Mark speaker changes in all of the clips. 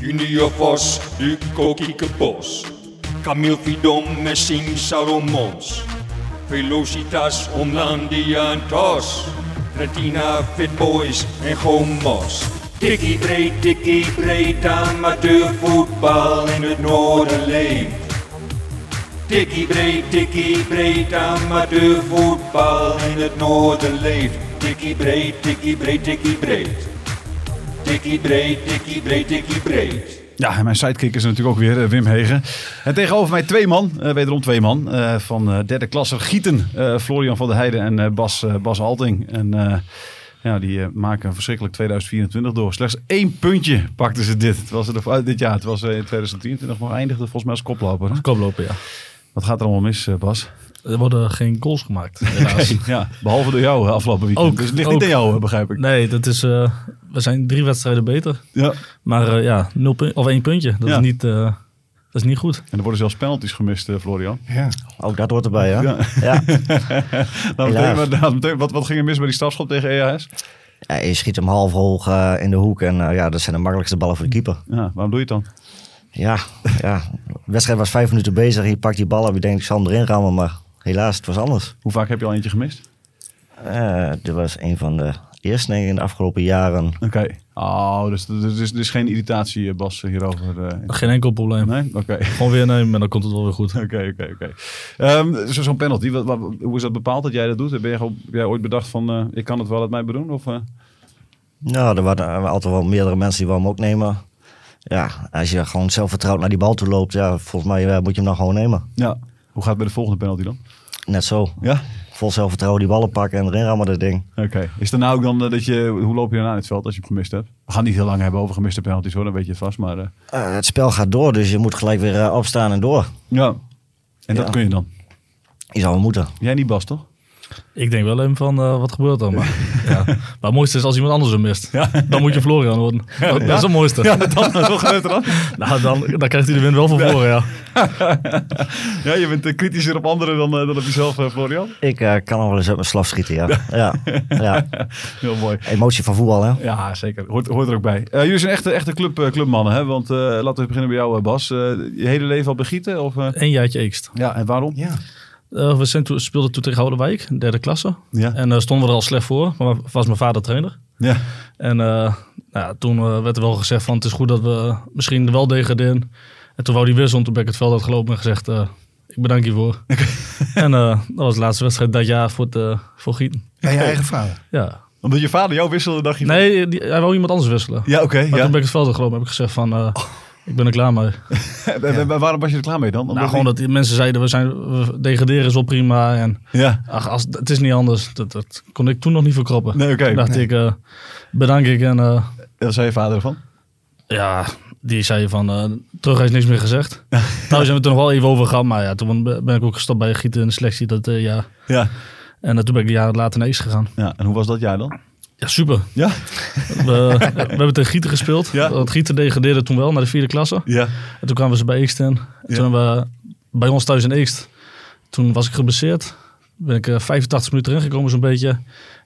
Speaker 1: Junior Vos, Duco Kiekenbos, Camille Vidom, Messing Salomons, Velocitas, Omlandia en Tos, Retina, Fitboys en Gomos. Dikkie breed, dikkie breed, amateurvoetbal in het noorden leeft. Tikkie breed, tikkie breed, amateurvoetbal in het noorden leeft. Tikkie breed, tikkie breed, tikkie breed. Tikkie breed, tikkie breed, tikkie breed.
Speaker 2: Ja, en mijn sidekick is natuurlijk ook weer eh, Wim Hegen. En tegenover mij twee man, eh, wederom twee man, eh, van eh, derde klasse Gieten. eh, Florian van der Heijden en eh, Bas, eh, Bas Alting. En eh, ja, die eh, maken een verschrikkelijk 2024 door. Slechts één puntje pakten ze dit. Het was er, de- eh, dit jaar, het was eh, in 2023 nog eindigde volgens mij als koploper. hè?
Speaker 3: Koplopen, ja.
Speaker 2: Wat gaat er allemaal mis, eh, Bas?
Speaker 3: Er worden geen goals gemaakt, helaas.
Speaker 2: Ja, behalve door jou eh, afgelopen weekend.
Speaker 3: Ook,
Speaker 2: dus het ligt niet
Speaker 3: ook.
Speaker 2: aan jou, eh, begrijp ik.
Speaker 3: Nee, dat is, eh, we zijn drie wedstrijden beter.
Speaker 2: Ja.
Speaker 3: Maar eh, ja, nul punt, of één puntje. Dat,
Speaker 2: Ja.
Speaker 3: is niet, eh, dat is niet goed.
Speaker 2: En er worden zelfs penalties gemist, eh, Florian.
Speaker 4: Ook dat hoort erbij, hè?
Speaker 2: Ja.
Speaker 4: Ja.
Speaker 2: Laten we
Speaker 4: Helaas.
Speaker 2: meteen maar- laten we meteen- wat, wat ging er mis bij die strafschop tegen E EAS?
Speaker 4: Ja, je schiet hem half hoog eh, in de hoek en eh, ja, dat zijn de makkelijkste ballen voor de keeper.
Speaker 2: Ja, waarom doe je het dan?
Speaker 4: Ja, ja. De wedstrijd was vijf minuten bezig. Je pakt die bal op. Je denkt, ik zal hem erin rammen, maar helaas, het was anders.
Speaker 2: Hoe vaak heb je al eentje gemist?
Speaker 4: Eh, dit was een van de eerste dingen in de afgelopen jaren.
Speaker 2: Oké. Oh, dus er is dus geen irritatie, eh, Bas, hierover. eh.
Speaker 3: Geen enkel probleem.
Speaker 2: Nee? Oké.
Speaker 3: Gewoon weer nemen en dan komt het wel weer goed.
Speaker 2: Oké, oké, oké. Ehm, zo- Zo'n penalty, wat, wat- hoe is dat bepaald dat jij dat doet? Heb jij, gewoon- heb jij ooit bedacht van, eh, ik kan het wel, laat mij bedoelen? Of, eh?
Speaker 4: Nou, er waren eh, altijd wel meerdere mensen die wel hem ook nemen. Ja, als je gewoon zelfvertrouwd naar die bal toe loopt, ja, volgens mij eh, moet je hem dan gewoon nemen.
Speaker 2: Ja. Hoe gaat het bij de volgende penalty dan?
Speaker 4: Net zo.
Speaker 2: Ja?
Speaker 4: Vol zelfvertrouwen die ballen pakken en erin rammen dat ding.
Speaker 2: Oké. Is er nou ook dan eh, dat je, hoe loop je daarna in het veld als je hem gemist hebt? We gaan niet heel lang hebben over gemiste penalties hoor, dan weet je het vast. Maar eh,
Speaker 4: Eh, het spel gaat door, dus je moet gelijk weer eh, opstaan en door.
Speaker 2: ja. En dat
Speaker 4: Ja.
Speaker 2: kun je dan.
Speaker 4: Je zou wel moeten.
Speaker 2: Jij niet Bas, toch?
Speaker 3: Ik denk wel even van, eh, wat gebeurt er? Maar, ja. maar het mooiste is als iemand anders hem mist. Dan moet je Florian worden. Dat, dat is het mooiste.
Speaker 2: dan, wat gebeurt er dan?
Speaker 3: Nou, dan, dan krijgt hij de wind wel van voren, ja.
Speaker 2: Ja, je bent eh, kritischer op anderen dan, eh, dan op jezelf, eh, Florian.
Speaker 4: Ik eh, kan nog wel eens uit mijn slaf schieten, ja. ja. ja.
Speaker 2: Heel mooi.
Speaker 4: Emotie van voetbal, hè?
Speaker 2: Ja, zeker. Hoort, hoort er ook bij. Eh, jullie zijn echte, echte club, eh, clubmannen, hè? Want eh, laten we beginnen bij jou, eh, Bas. Eh, je hele leven al begieten? Of, eh?
Speaker 3: Eén jaartje ekst.
Speaker 2: Ja, en waarom?
Speaker 5: Ja.
Speaker 3: Eh, we zijn toen- speelden toen tegen Houdenwijk, derde klasse.
Speaker 2: Ja.
Speaker 3: En eh, stonden we er al slecht voor. Maar was mijn vader trainer.
Speaker 2: Ja.
Speaker 3: En eh, nou ja, toen eh, werd er wel gezegd van het is goed dat we misschien wel degraderen. En toen wou die wissel, toen ben ik het veld uitgelopen en gezegd eh, ik bedank je voor. en eh, dat was de laatste wedstrijd dat jaar voor, het, eh, voor Gieten.
Speaker 5: Bij je eigen vader.
Speaker 3: Ja.
Speaker 2: Omdat je vader jou wisselde, dacht je... van-
Speaker 3: Nee, die- hij wou iemand anders wisselen.
Speaker 2: Ja, Oh. oké.
Speaker 3: Maar
Speaker 2: ja.
Speaker 3: toen ben ik het veld uitgelopen heb ik gezegd van eh, ik ben er klaar mee.
Speaker 2: En- en- en waarom was je er klaar mee dan? Omdat
Speaker 3: Nou, gewoon
Speaker 2: die-
Speaker 3: dat die mensen zeiden we, zijn, we degraderen is wel prima. En
Speaker 2: Ja.
Speaker 3: ach, als, het is niet anders. Dat, dat kon ik toen nog niet verkroppen.
Speaker 2: Nee, oké.
Speaker 3: Toen dacht ik eh, bedank ik en... eh,
Speaker 2: Daar zei je vader ervan.
Speaker 3: Ja, die zei van, eh, terug heeft niks meer gezegd. nou, zijn we het er nog wel even over gehad. Maar ja, toen ben ben ik ook gestopt bij Gieten in de selectie. Dat, eh, ja.
Speaker 2: Ja.
Speaker 3: En eh, toen ben ik de jaren later naar Ace gegaan.
Speaker 2: ja. En hoe was dat jaar dan?
Speaker 3: Ja, super.
Speaker 2: Ja.
Speaker 3: We, we hebben tegen Gieten gespeeld.
Speaker 2: Ja.
Speaker 3: Want Gieten degradeerde toen wel naar de vierde klasse.
Speaker 2: Ja.
Speaker 3: En toen kwamen ze bij Eekst in. En
Speaker 2: Ja.
Speaker 3: Toen hebben we bij ons thuis in Eekst. Toen was ik geblesseerd. Ben ik eh, 85 minuten erin gekomen zo'n beetje.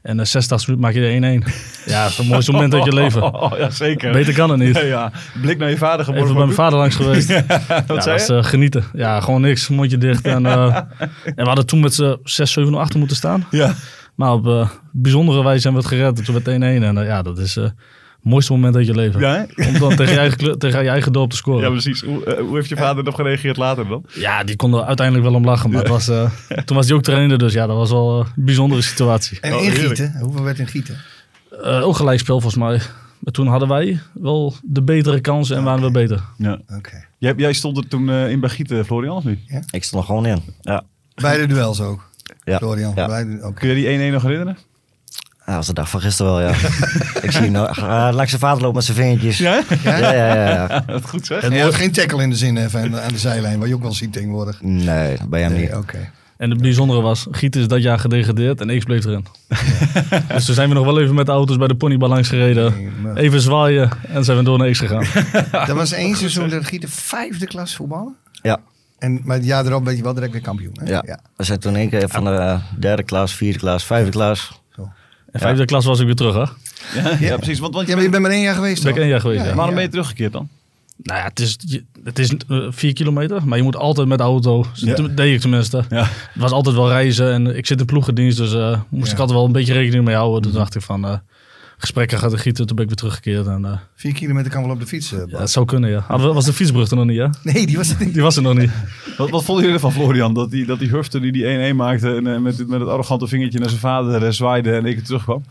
Speaker 3: En eh 86 minuten maak je de 1-1. Ja, het mooiste moment uit je leven.
Speaker 2: Oh, ja, zeker.
Speaker 3: Beter kan het niet.
Speaker 2: Ja, ja. Blik naar je vader
Speaker 3: Even
Speaker 2: geworden.
Speaker 3: bij mijn vader langs geweest.
Speaker 2: Wat
Speaker 3: ja,
Speaker 2: zei
Speaker 3: dat
Speaker 2: je?
Speaker 3: is, eh, genieten. Ja, gewoon niks. Mondje dicht. En, eh, en we hadden toen met z'n 6, 7, 0 achter moeten staan.
Speaker 2: Ja.
Speaker 3: Maar op eh, bijzondere wijze zijn we het gered. En Toen werd het 1-1. En eh, ja, dat is eh, het mooiste moment uit je leven.
Speaker 2: Ja, hè?
Speaker 3: Om dan tegen je eigen, kle- tegen je eigen dorp te scoren.
Speaker 2: ja,
Speaker 3: Ja,
Speaker 2: precies. Hoe, eh, hoe heeft je vader erop gereageerd later dan?
Speaker 3: die kon er uiteindelijk wel om lachen. Maar het was, eh, toen was hij ook trainer. Dus ja, dat was wel eh, een bijzondere situatie.
Speaker 5: En
Speaker 2: Oh,
Speaker 5: in
Speaker 2: heerlijk.
Speaker 5: Gieten. Hoeveel werd in Gieten?
Speaker 3: Eh, ook gelijkspel volgens mij. Maar toen hadden wij wel de betere kansen en waren we beter.
Speaker 2: Ja.
Speaker 5: Oké.
Speaker 2: Jij, jij stond er toen eh, in bij Gieten, Florian, of niet?
Speaker 4: Ik stond er gewoon in. Ja.
Speaker 5: Beide duels ook.
Speaker 4: Ja.
Speaker 5: Florian,
Speaker 4: Ja.
Speaker 5: beide- oké.
Speaker 2: Kun je die 1-1 nog herinneren?
Speaker 4: Dat was de dag van gisteren wel, ja. ik zie hem nou, eh, langs zijn vader loopt met zijn vingertjes.
Speaker 2: Ja?
Speaker 4: Ja, ja, ja. ja.
Speaker 2: Dat goed zeg.
Speaker 5: En je had geen tackle in de zin even aan de- aan de zijlijn, wat je ook wel ziet tegenwoordig.
Speaker 4: Nee, bij hem
Speaker 5: Nee,
Speaker 4: niet.
Speaker 5: oké.
Speaker 3: En het bijzondere was, Giet is dat jaar gedegradeerd en X bleef erin. dus toen zijn we nog wel even met de auto's bij de ponybar langs gereden. Even zwaaien en zijn we door naar X gegaan.
Speaker 5: Er was één seizoen dat Gieten vijfde klas voetballen.
Speaker 4: Ja,
Speaker 5: En, maar het jaar erop ben je wel direct weer kampioen. Hè?
Speaker 4: ja. We zijn toen één keer van de eh, derde klas, vierde klas, vijfde klas.
Speaker 3: En vijfde klas was ik weer terug, hè?
Speaker 2: Ja, ja, precies. Want, want
Speaker 5: Ja,
Speaker 2: je
Speaker 5: maar
Speaker 2: bent,
Speaker 5: je bent maar één jaar geweest
Speaker 3: Ben ik
Speaker 5: toch?
Speaker 3: één jaar geweest, ja.
Speaker 2: waarom ben je teruggekeerd dan?
Speaker 3: Nou ja, het is, je- het is eh, vier kilometer, maar je moet altijd met de auto.
Speaker 2: Ja.
Speaker 3: Dat deed ik tenminste.
Speaker 2: Ja.
Speaker 3: Het was altijd wel reizen en ik zit in ploegendienst, dus eh, moest
Speaker 5: Ja.
Speaker 3: ik altijd wel een beetje rekening mee houden. Toen dacht ik van, eh, gesprekken gaat de gieten, toen ben ik weer teruggekeerd. En, eh,
Speaker 5: Vier kilometer kan wel op de fiets. eh,
Speaker 3: ja,
Speaker 5: Bas.
Speaker 3: het zou kunnen, ja. Hadden we- was de fietsbrug er nog niet, ja?
Speaker 5: Nee, die was het niet.
Speaker 3: Die was er nog niet.
Speaker 2: Wat, wat vonden jullie van Florian? Dat die, dat die hufte die die 1-1 maakte en eh, met, met het arrogante vingertje naar zijn vader eh, zwaaide en ik terugkwam?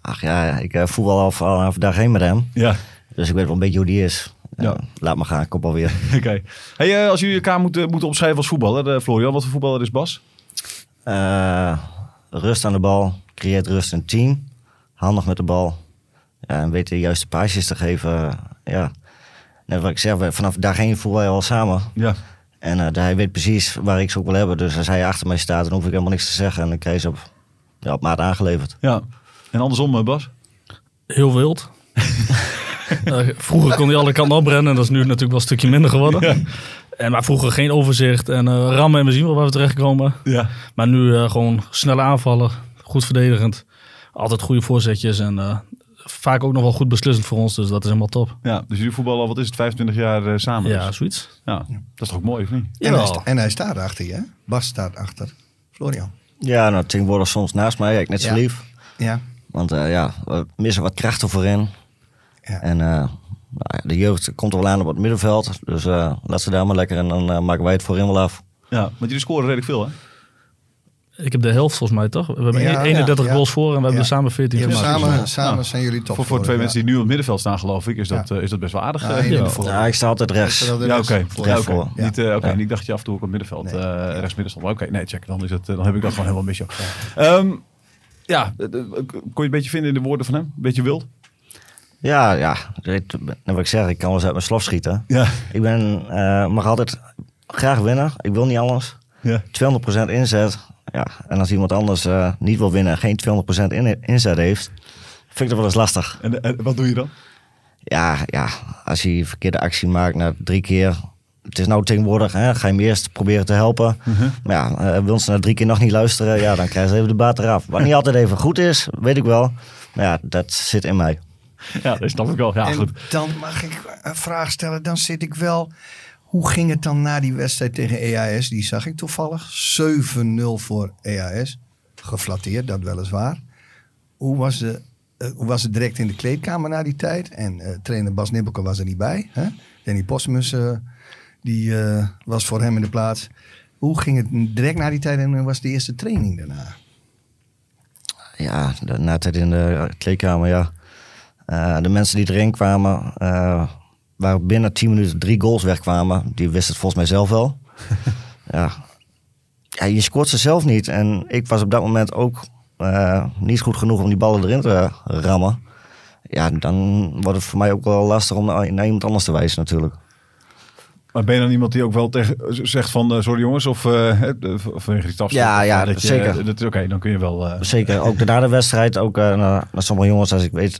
Speaker 4: Ach ja, ik eh, voel al af- al vanaf dag heen met hem.
Speaker 2: Ja,
Speaker 4: Dus ik weet wel een beetje hoe die is. Ja,
Speaker 2: Ja.
Speaker 4: Laat maar gaan, kom alweer.
Speaker 2: oké. Hey, eh, als jullie elkaar moeten, moeten opschrijven als voetballer, eh, Florian, wat voor voetballer is Bas?
Speaker 4: Eh, rust aan de bal, creëert rust in het team. Handig met de bal. Ja, en weet de juiste paasjes te geven. Ja. Net wat ik zeg, we- vanaf dag heen voelen wij al samen.
Speaker 2: Ja.
Speaker 4: En eh, hij weet precies waar ik ze ook wil hebben. Dus als hij achter mij staat, dan hoef ik helemaal niks te zeggen. En dan krijg je ze op, ja, op maat aangeleverd.
Speaker 2: ja. En andersom, eh, Bas?
Speaker 3: Heel wild. Eh, vroeger kon hij alle kanten oprennen, dat is nu natuurlijk wel een stukje minder geworden. En, maar vroeger geen overzicht en eh, rammen en we zien wel waar we terechtkomen.
Speaker 2: Ja.
Speaker 3: Maar nu eh, gewoon snelle aanvallen, goed verdedigend. Altijd goede voorzetjes en eh, vaak ook nog wel goed beslissend voor ons. Dus dat is helemaal top.
Speaker 2: ja. Dus jullie voetballen al, wat is het, 25 jaar eh, samen?
Speaker 3: Ja,
Speaker 2: dus.
Speaker 3: zoiets.
Speaker 2: ja. Dat is toch ook mooi, of niet?
Speaker 5: En hij,
Speaker 3: Jawel.
Speaker 5: sta- en hij staat achter je, hè? Bas staat achter. Florian.
Speaker 4: Ja, nou, tegenwoordig soms naast mij. Ja, ik net zo
Speaker 5: Ja.
Speaker 4: lief.
Speaker 5: Ja.
Speaker 4: Want eh, ja, we missen wat krachten voorin.
Speaker 5: Ja.
Speaker 4: En eh, nou ja, de jeugd komt er wel aan op het middenveld. Dus eh, laat ze daar maar lekker en dan eh, maken wij het voorin wel af.
Speaker 2: Ja, want jullie scoren redelijk veel, hè?
Speaker 3: Ik heb de helft volgens mij toch? We hebben
Speaker 5: Ja,
Speaker 3: 31
Speaker 5: ja,
Speaker 3: E- goals voor en we hebben
Speaker 5: Ja.
Speaker 3: er samen 14
Speaker 5: Je hebt
Speaker 3: gemaakt.
Speaker 5: samen samen
Speaker 2: Ja.
Speaker 5: zijn jullie top.
Speaker 2: voor, voor twee
Speaker 5: ja.
Speaker 2: mensen die nu op het middenveld staan, geloof ik, is dat, eh, is dat best wel aardig.
Speaker 5: Ja,
Speaker 2: eh,
Speaker 5: in de
Speaker 2: ja.
Speaker 5: voor-
Speaker 4: Ja, ik sta altijd rechts.
Speaker 5: Zodat de
Speaker 2: Ja,
Speaker 5: rest-
Speaker 2: oké. Ja, oké.
Speaker 4: voor.
Speaker 2: Niet, eh, oké.
Speaker 4: Ja.
Speaker 2: En ik dacht je af en toe ook op middenveld,
Speaker 5: Nee.
Speaker 2: eh, rechts midden stond. Maar Oké, nee, check. Dan, is het, eh, dan heb ik dat gewoon helemaal mis, joh. Ehm, ja, eh, eh, kon je een beetje vinden in de woorden van hem? Een beetje wild?
Speaker 4: Ja, ja. Dit- nou, wat ik zeg, ik kan wel eens uit mijn slof schieten.
Speaker 2: Ja.
Speaker 4: Ik ben, eh, mag altijd graag winnen. Ik wil niet anders.
Speaker 2: Ja.
Speaker 4: 200% inzet. Ja. En als iemand anders eh, niet wil winnen en geen 200% in, inzet heeft, vind ik dat wel eens lastig.
Speaker 2: En, en wat doe je dan?
Speaker 4: Ja, ja, als hij verkeerde actie maakt na drie keer. Het is nou tegenwoordig, hè, ga je hem eerst proberen te helpen.
Speaker 2: Mhm.
Speaker 4: Maar ja, eh, wil ze na drie keer nog niet luisteren, ja, dan krijgen ze even de baat eraf. Wat niet altijd even goed is, weet ik wel. Maar ja, dat zit in mij.
Speaker 2: Ja, dat snap ik wel. Ja,
Speaker 5: en
Speaker 2: goed.
Speaker 5: dan mag ik een vraag stellen. Dan zit ik wel. Hoe ging het dan na die wedstrijd tegen EAS? Die zag ik toevallig. 7-0 voor EAS. Geflatteerd, dat weliswaar. Hoe was, de, eh, hoe was het direct in de kleedkamer na die tijd? En eh, trainer Bas Nibbelke was er niet bij. Hè? Danny Posmus eh, die, eh, was voor hem in de plaats. Hoe ging het direct na die tijd en hoe was de eerste training daarna?
Speaker 4: Ja, de, na tijd in de kleedkamer, ja. Eh, de mensen die erin kwamen, eh waar binnen 10 minuten drie goals wegkwamen, die wisten het volgens mij zelf wel. ja. ja, je scoort ze zelf niet. En ik was op dat moment ook eh, niet goed genoeg om die ballen erin te rammen. Ja, dan wordt het voor mij ook wel lastig om naar, naar iemand anders te wijzen natuurlijk.
Speaker 2: Maar ben je dan iemand die ook wel tegen, z- zegt van, eh, sorry jongens, of eh, eh, of- of vanwege die tafel?
Speaker 4: Ja, ja,
Speaker 2: dat je-
Speaker 4: zeker.
Speaker 2: dat- Oké, dan kun je wel... eh,
Speaker 4: Zeker, ook na de wedstrijd, ook eh, naar, naar sommige jongens, als ik weet,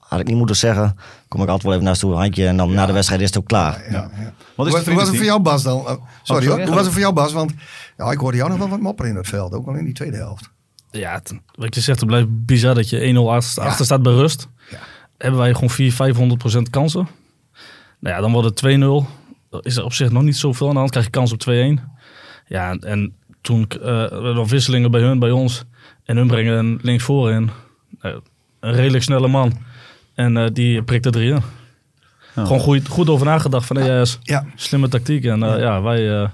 Speaker 4: had ik niet moeten zeggen, kom ik altijd wel even naast toe, handje en dan na de wedstrijd is het ook klaar.
Speaker 2: ja. Wat
Speaker 5: Hoe
Speaker 2: is
Speaker 5: was,
Speaker 2: het
Speaker 5: hoe was het voor jou, Bas, dan? Eh, sorry,
Speaker 2: sorry,
Speaker 5: hoor.
Speaker 2: ja,
Speaker 5: Hoe was het voor jou, Bas? Want ja, ik hoorde jou nog wel wat mopperen in het veld. Ook wel in die tweede helft.
Speaker 3: Ja, het- wat je zegt, het blijft bizar dat je 1-0 achter, achter staat bij rust.
Speaker 5: Ja.
Speaker 3: Hebben wij gewoon 400, 500 procent kansen. Nou ja, dan wordt het 2-0. Dan Is er op zich nog niet zoveel aan de hand. Krijg je kans op 2-1. Ja, en- en toen eh, we dan wisselingen bij hun, bij ons. En hun brengen een links in. Nou, een redelijk snelle man. En eh, die prikt er drie in. Gewoon goed, goed over nagedacht van, ja, is
Speaker 5: Ja,
Speaker 3: slimme tactiek. En eh, ja, wij... eh,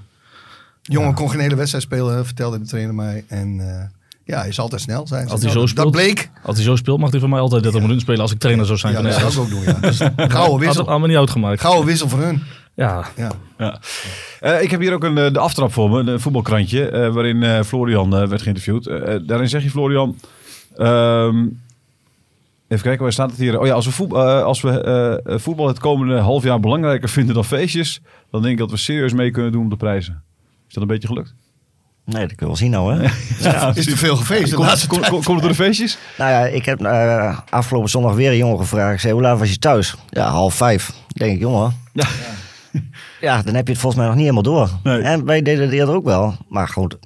Speaker 5: jongen kon geen hele wedstrijd spelen, vertelde de trainer mij. En eh, ja, hij is altijd snel. Zijn ze.
Speaker 3: Als hij zo
Speaker 5: Nou, dat, dat
Speaker 3: speelt.
Speaker 5: bleek.
Speaker 3: als hij zo speelt, mag hij van mij altijd 30 minuten spelen als ik trainer zou zijn.
Speaker 5: Ja,
Speaker 3: van, E
Speaker 5: dat
Speaker 3: ja,
Speaker 5: zou ik ook doen, ja. Gouden
Speaker 3: Had het
Speaker 5: wissel.
Speaker 3: allemaal niet uitgemaakt.
Speaker 5: Gouden wissel voor hun.
Speaker 3: Ja,
Speaker 5: Ja.
Speaker 2: Ja. Eh, ik heb hier ook een, eh, de aftrap voor me, een voetbalkrantje, eh, waarin eh, Florian eh, werd geïnterviewd. Eh, eh, daarin zeg je, Florian, ehm, even kijken, waar staat het hier? Oh ja, als we, voetbal, als we eh, voetbal het komende half jaar belangrijker vinden dan feestjes, dan denk ik dat we serieus mee kunnen doen om de prijzen. Is dat een beetje gelukt?
Speaker 4: Nee, dat kun je wel zien nou hè.
Speaker 2: Ja,
Speaker 5: Is te veel gefeest. de laatste
Speaker 2: Komt kom, het door de feestjes?
Speaker 4: Nou ja, ik heb eh, afgelopen zondag weer een jongen gevraagd. Ik zei, hoe laat was je thuis? Ja, half vijf. Ik denk, jongen.
Speaker 2: Ja.
Speaker 4: Ja. dan heb je het volgens mij nog niet helemaal door.
Speaker 2: Nee.
Speaker 4: En wij deden het eerder ook wel. Maar goed,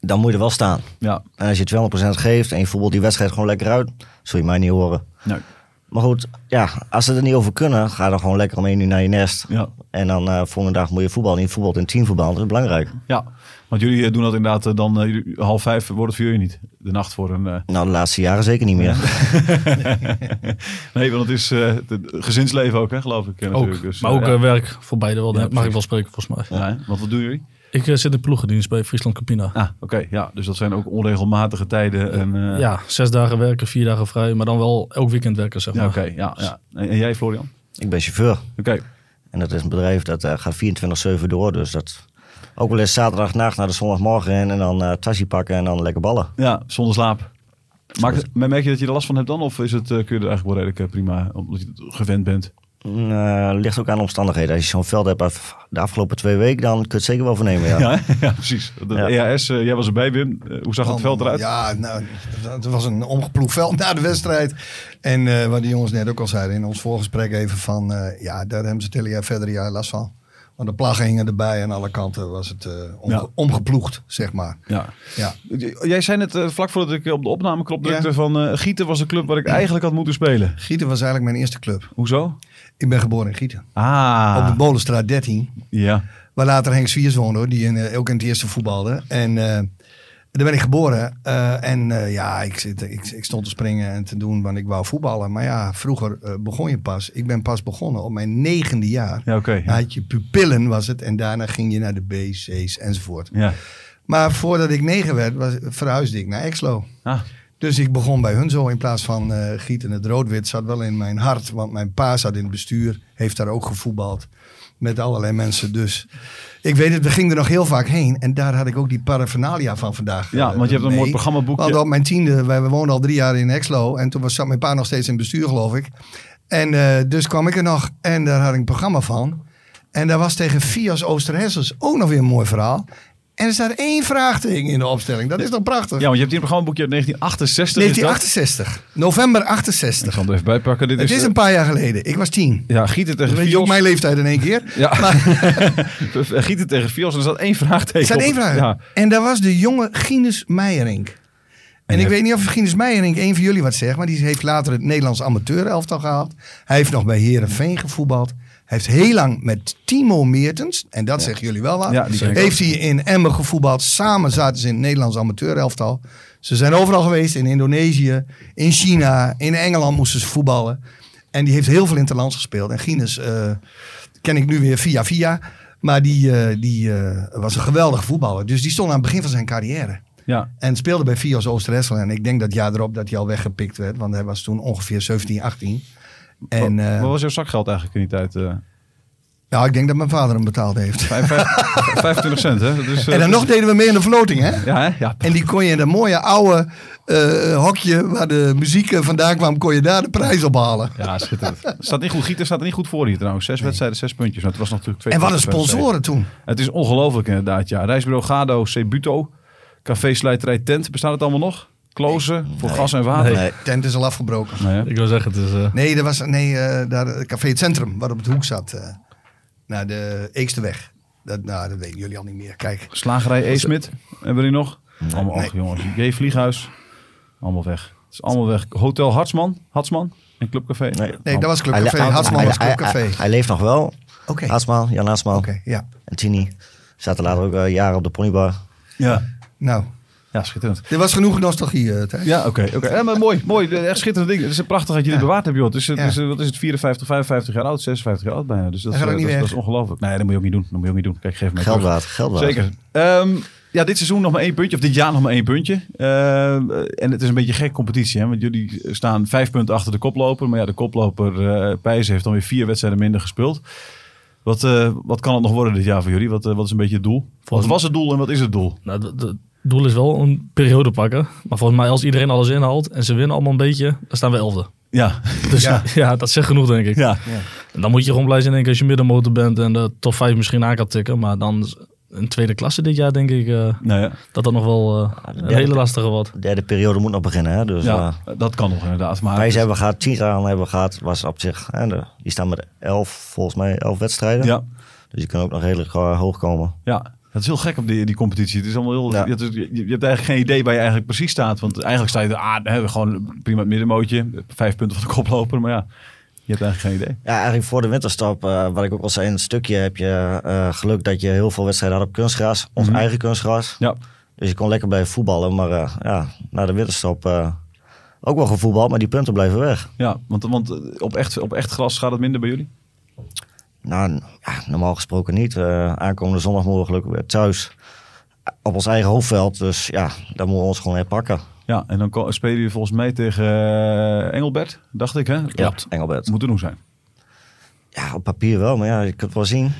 Speaker 4: dan moet je er wel staan.
Speaker 2: Ja.
Speaker 4: En als je 200% geeft en je voetbalt die wedstrijd gewoon lekker uit, zul je mij niet horen.
Speaker 2: Nou,
Speaker 4: Maar goed, ja, als ze er niet over kunnen, ga dan gewoon lekker om één uur naar je nest.
Speaker 2: Ja.
Speaker 4: En dan eh volgende dag moet je voetbal in voetbal in teamvoetbal. Dat is belangrijk.
Speaker 2: Ja, want jullie eh, doen dat inderdaad eh, dan eh, jullie- half vijf wordt het voor jullie niet. De nacht voor een. eh,
Speaker 4: Nou, de laatste jaren zeker niet meer.
Speaker 2: Nee, want het is eh, het gezinsleven ook, hè, geloof ik. eh, natuurlijk.
Speaker 3: Ook,
Speaker 2: Dus,
Speaker 3: maar
Speaker 2: eh,
Speaker 3: ook
Speaker 2: ja.
Speaker 3: eh, werk voor beide wel.
Speaker 2: Ja,
Speaker 3: mag ik
Speaker 2: precies.
Speaker 3: wel spreken volgens mij.
Speaker 2: Ja, hè? want wat doen jullie?
Speaker 3: Ik eh, zit in ploegendienst bij Friesland Campina.
Speaker 2: Ah, oké. Ja, dus dat zijn ook onregelmatige tijden. En, eh, ja,
Speaker 3: Ja, zes dagen werken, vier dagen vrij. Maar dan wel elk weekend werken, zeg maar.
Speaker 2: oké. ja, ja. En, en jij, Florian?
Speaker 4: Ik ben chauffeur.
Speaker 2: Oké.
Speaker 4: En dat is een bedrijf dat eh, gaat 24-7 door. Dus dat ook wel eens zaterdagnacht naar de zondagmorgen in. En dan eh tasje pakken en dan lekker ballen.
Speaker 2: Ja, zonder slaap. Maakt het- maar merk je dat je er last van hebt dan? Of is het, eh, kun je er eigenlijk wel redelijk eh, prima, omdat je het gewend bent?
Speaker 4: Mm, eh, ligt ook aan de omstandigheden. Als je zo'n veld hebt af- de afgelopen twee weken, dan kun je het zeker wel vernemen. Ja.
Speaker 2: Ja, hè? ja precies. De
Speaker 4: Ja.
Speaker 2: EAS, eh, jij was erbij, Wim. Eh, hoe zag het veld eruit?
Speaker 5: Ja, nou, het was een omgeploegd veld na de wedstrijd. En eh wat de jongens net ook al zeiden in ons voorgesprek even van... eh, ja, daar hebben ze het hele jaar verder jaar last van. Want de plaggen hingen erbij en alle kanten was het eh omge-
Speaker 2: Ja.
Speaker 5: omgeploegd, zeg maar.
Speaker 2: Ja.
Speaker 5: Ja.
Speaker 2: Jij zei net eh, vlak voordat ik op de opnameknop drukte
Speaker 5: Ja.
Speaker 2: van eh, Gieten was de club waar ik eigenlijk had moeten spelen.
Speaker 5: Gieten was eigenlijk mijn eerste club.
Speaker 2: Hoezo?
Speaker 5: Ik ben geboren in Gieten. Op de
Speaker 2: Ah,
Speaker 5: Bolenstraat 13.
Speaker 2: ja.
Speaker 5: Waar later Henk Swiers woonde, hoor, die in, eh, ook in het eerste voetbalde. En eh, daar ben ik geboren. Eh, en eh, ja, ik, zit, ik, ik stond te springen en te doen, want ik wou voetballen. Maar ja, vroeger eh, begon je pas. Ik ben pas begonnen op mijn negende jaar.
Speaker 2: Ja, oké.
Speaker 5: Dan
Speaker 2: Ja.
Speaker 5: had je pupillen, was het. En daarna ging je naar de B, C's enzovoort.
Speaker 2: Ja.
Speaker 5: Maar voordat ik negen werd, was, verhuisde ik naar Exlo.
Speaker 2: Ah,
Speaker 5: Dus ik begon bij hun zo in plaats van eh giet en het roodwit zat wel in mijn hart. Want mijn pa zat in het bestuur, heeft daar ook gevoetbald met allerlei mensen. Dus ik weet het, we gingen er nog heel vaak heen. En daar had ik ook die paraphernalia van vandaag.
Speaker 2: Ja,
Speaker 5: eh,
Speaker 2: want je hebt een
Speaker 5: mee.
Speaker 2: mooi programmaboekje.
Speaker 5: We hadden op mijn tiende, wij, we woonden al drie jaar in Exlo. En toen was, zat mijn pa nog steeds in het bestuur, geloof ik. En eh, dus kwam ik er nog en daar had ik een programma van. En daar was tegen Fias Oosterhessels ook nog weer een mooi verhaal. En er staat één vraagteken in de opstelling. Dat is toch prachtig?
Speaker 2: ja, want je hebt hier een programmaboekje uit 1968. is dat?
Speaker 5: 1968. November 68.
Speaker 2: Ik ga hem er even bijpakken. Dit
Speaker 5: het is
Speaker 2: eh,
Speaker 5: een paar jaar geleden. Ik was tien.
Speaker 2: Ja, Gieten tegen
Speaker 5: Weet je ook
Speaker 2: Fios.
Speaker 5: mijn leeftijd in één keer?
Speaker 2: Ja.
Speaker 5: Maar
Speaker 2: Gieten tegen Fios. En er staat één vraagteken
Speaker 5: er staat
Speaker 2: op.
Speaker 5: één vraag.
Speaker 2: Ja.
Speaker 5: En daar was de jonge Guinness Meijerink. En, ik
Speaker 2: heeft-
Speaker 5: weet niet of Guinness Meijerink één van jullie wat zegt. Maar die heeft later het Nederlands amateurelftal gehaald. Hij heeft nog bij Herenveen gevoetbald. Hij heeft heel lang met Timo Meertens. En dat zeggen jullie wel wat.
Speaker 2: Ja, die ken ik
Speaker 5: heeft hij in Emmen gevoetbald. Samen zaten ze in het Nederlands amateurelftal. Ze zijn overal geweest. In Indonesië, in China, in Engeland moesten ze voetballen. En die heeft heel veel interlands gespeeld. En Guinness eh, ken ik nu weer via via. Maar die, eh, die eh, was een geweldige voetballer. Dus die stond aan het begin van zijn carrière.
Speaker 2: Ja.
Speaker 5: En speelde bij Fios Oosterhessel. En ik denk dat jaar erop dat hij al weggepikt werd. Want hij was toen ongeveer 17, 18. En
Speaker 2: Wat-
Speaker 5: eh,
Speaker 2: Wat was jouw zakgeld eigenlijk in die tijd? eh?
Speaker 5: nou, ik denk dat mijn vader hem betaald heeft.
Speaker 2: Vijf- vijf- 25 cent, hè? Dat is, eh,
Speaker 5: En dan nog deden we mee in de verloting, hè?
Speaker 2: Ja, hè? Ja.
Speaker 5: En die kon je in dat mooie oude eh, hokje waar de muziek eh, vandaan kwam, kon je daar de prijs op halen.
Speaker 2: Ja, schitterend. Staat niet goed. Gieter staat er niet goed voor hier trouwens. Zes wedstrijden, zes puntjes. Maar het was natuurlijk twee
Speaker 5: En wat een
Speaker 2: wedstrijden.
Speaker 5: sponsoren toen.
Speaker 2: Het is ongelooflijk inderdaad, ja. Reisbureau Gado, Cebuto, Café Slijterij Tent. Bestaat het allemaal nog? Klozen voor gas en water?
Speaker 4: Nee.
Speaker 5: Tent is al afgebroken.
Speaker 2: Nee, hè?
Speaker 3: Ik wil zeggen, het is... eh,
Speaker 5: Nee, er was, nee eh, daar, het café Het Centrum, waar op het hoek zat. eh, naar de Eeksterweg. Dat, nou, dat weten jullie al niet meer. Kijk.
Speaker 2: Slagerij E. Smit. Hebben we die nog? Allemaal, ach, jongens. Gay Vlieghuis. Allemaal weg. Het is allemaal weg. Hotel Hartsman. Hatsman. En Clubcafé.
Speaker 4: Nee.
Speaker 5: Nee, dat was
Speaker 4: Hij-
Speaker 5: Clubcafé.
Speaker 4: hij-
Speaker 5: Hatsman
Speaker 4: hij-
Speaker 5: was
Speaker 4: hij-
Speaker 5: Clubcafé.
Speaker 4: hij-
Speaker 5: Oké,
Speaker 4: Hij leeft nog wel. Haasman, Jan Haasman
Speaker 5: oké, ja.
Speaker 4: en Tini. Zaten later ook eh, jaren op de ponybar.
Speaker 2: Ja.
Speaker 5: Nou,
Speaker 2: Ja, schitterend.
Speaker 5: dit was genoeg nostalgie, eh, Thijs.
Speaker 2: Ja, oké. oké. Ja, maar mooi, mooi. Echt schitterend ding. Het is een prachtig dat je dit bewaard hebt, joh. Het is, het
Speaker 5: Ja.
Speaker 2: is, eh, wat is het, 54, 55 jaar oud, 56 jaar oud bijna. Dus dat,
Speaker 5: Hij
Speaker 2: is,
Speaker 5: gaat
Speaker 2: eh,
Speaker 5: ook
Speaker 2: dat, is-
Speaker 5: niet
Speaker 2: dat
Speaker 5: weg.
Speaker 2: is ongelooflijk. Nee, dat moet je ook niet doen. Dat moet je ook niet doen. Kijk, geef me
Speaker 4: Geld waard, geld waard.
Speaker 2: Zeker. Ehm, ja, dit seizoen nog maar één puntje. Of dit jaar nog maar één puntje. Ehm, en het is een beetje een gek competitie. Hè? Want jullie staan vijf punten achter de koploper. Maar ja, de koploper eh Pijzen heeft dan weer vier wedstrijden minder gespeeld. Wat, eh, wat kan het nog worden dit jaar voor jullie? Wat, eh, wat is een beetje het doel? Wat was het doel en wat is het doel?
Speaker 3: Nou, d- d- het doel is wel een periode pakken. Maar volgens mij, als iedereen alles inhaalt en ze winnen allemaal een beetje, dan staan we elfde.
Speaker 2: Ja,
Speaker 3: Dus
Speaker 5: Ja.
Speaker 3: ja, dat zegt genoeg, denk ik.
Speaker 2: ja.
Speaker 3: En dan moet je gewoon blij zijn, denk ik, als je middenmotor bent en de top 5 misschien aan kan tikken. Maar dan is een tweede klasse dit jaar, denk ik, eh,
Speaker 2: Nou ja.
Speaker 3: dat dat nog wel eh,
Speaker 4: de
Speaker 3: een
Speaker 4: derde-
Speaker 3: hele lastige wordt.
Speaker 4: De derde periode moet nog beginnen. Hè? Dus, eh,
Speaker 2: Ja, dus- dat kan nog inderdaad. Maar
Speaker 4: Prijs hebben we gehad, Tientallen hebben we gehad, was op zich. En de, die staan met elf, volgens mij, elf wedstrijden.
Speaker 2: ja,
Speaker 4: Dus je kan ook nog redelijk eh, hoog komen.
Speaker 2: ja. Dat is heel gek op die, die competitie. Het is allemaal heel,
Speaker 4: Ja.
Speaker 2: het is- je, je hebt eigenlijk geen idee waar je eigenlijk precies staat. Want eigenlijk sta je er ah, hè, gewoon prima het middenmootje. Vijf punten van de koploper. Maar ja, je hebt eigenlijk geen idee.
Speaker 4: Ja, eigenlijk voor de winterstap, eh, wat ik ook al zei in het stukje, heb je eh, geluk dat je heel veel wedstrijden had op kunstgras. Ons
Speaker 2: Mhm.
Speaker 4: eigen kunstgras.
Speaker 2: Ja,
Speaker 4: Dus je kon lekker blijven voetballen. Maar eh, ja, na de winterstop eh, ook wel gevoetbald, maar die punten blijven weg.
Speaker 2: ja want, want op, echt, op echt gras gaat het minder bij jullie?
Speaker 4: Nou, n- ja, normaal gesproken niet. Eh, aankomende zondagmorgen gelukkig weer thuis. eh, Op ons eigen hoofdveld. Dus ja, daar moeten we ons gewoon herpakken.
Speaker 2: Ja, en dan ko- spelen jullie volgens mij tegen eh, Engelbert, dacht ik hè?
Speaker 4: Engelbert.
Speaker 2: Moet er nog zijn.
Speaker 4: Ja, op papier wel, maar ja, je kunt wel zien.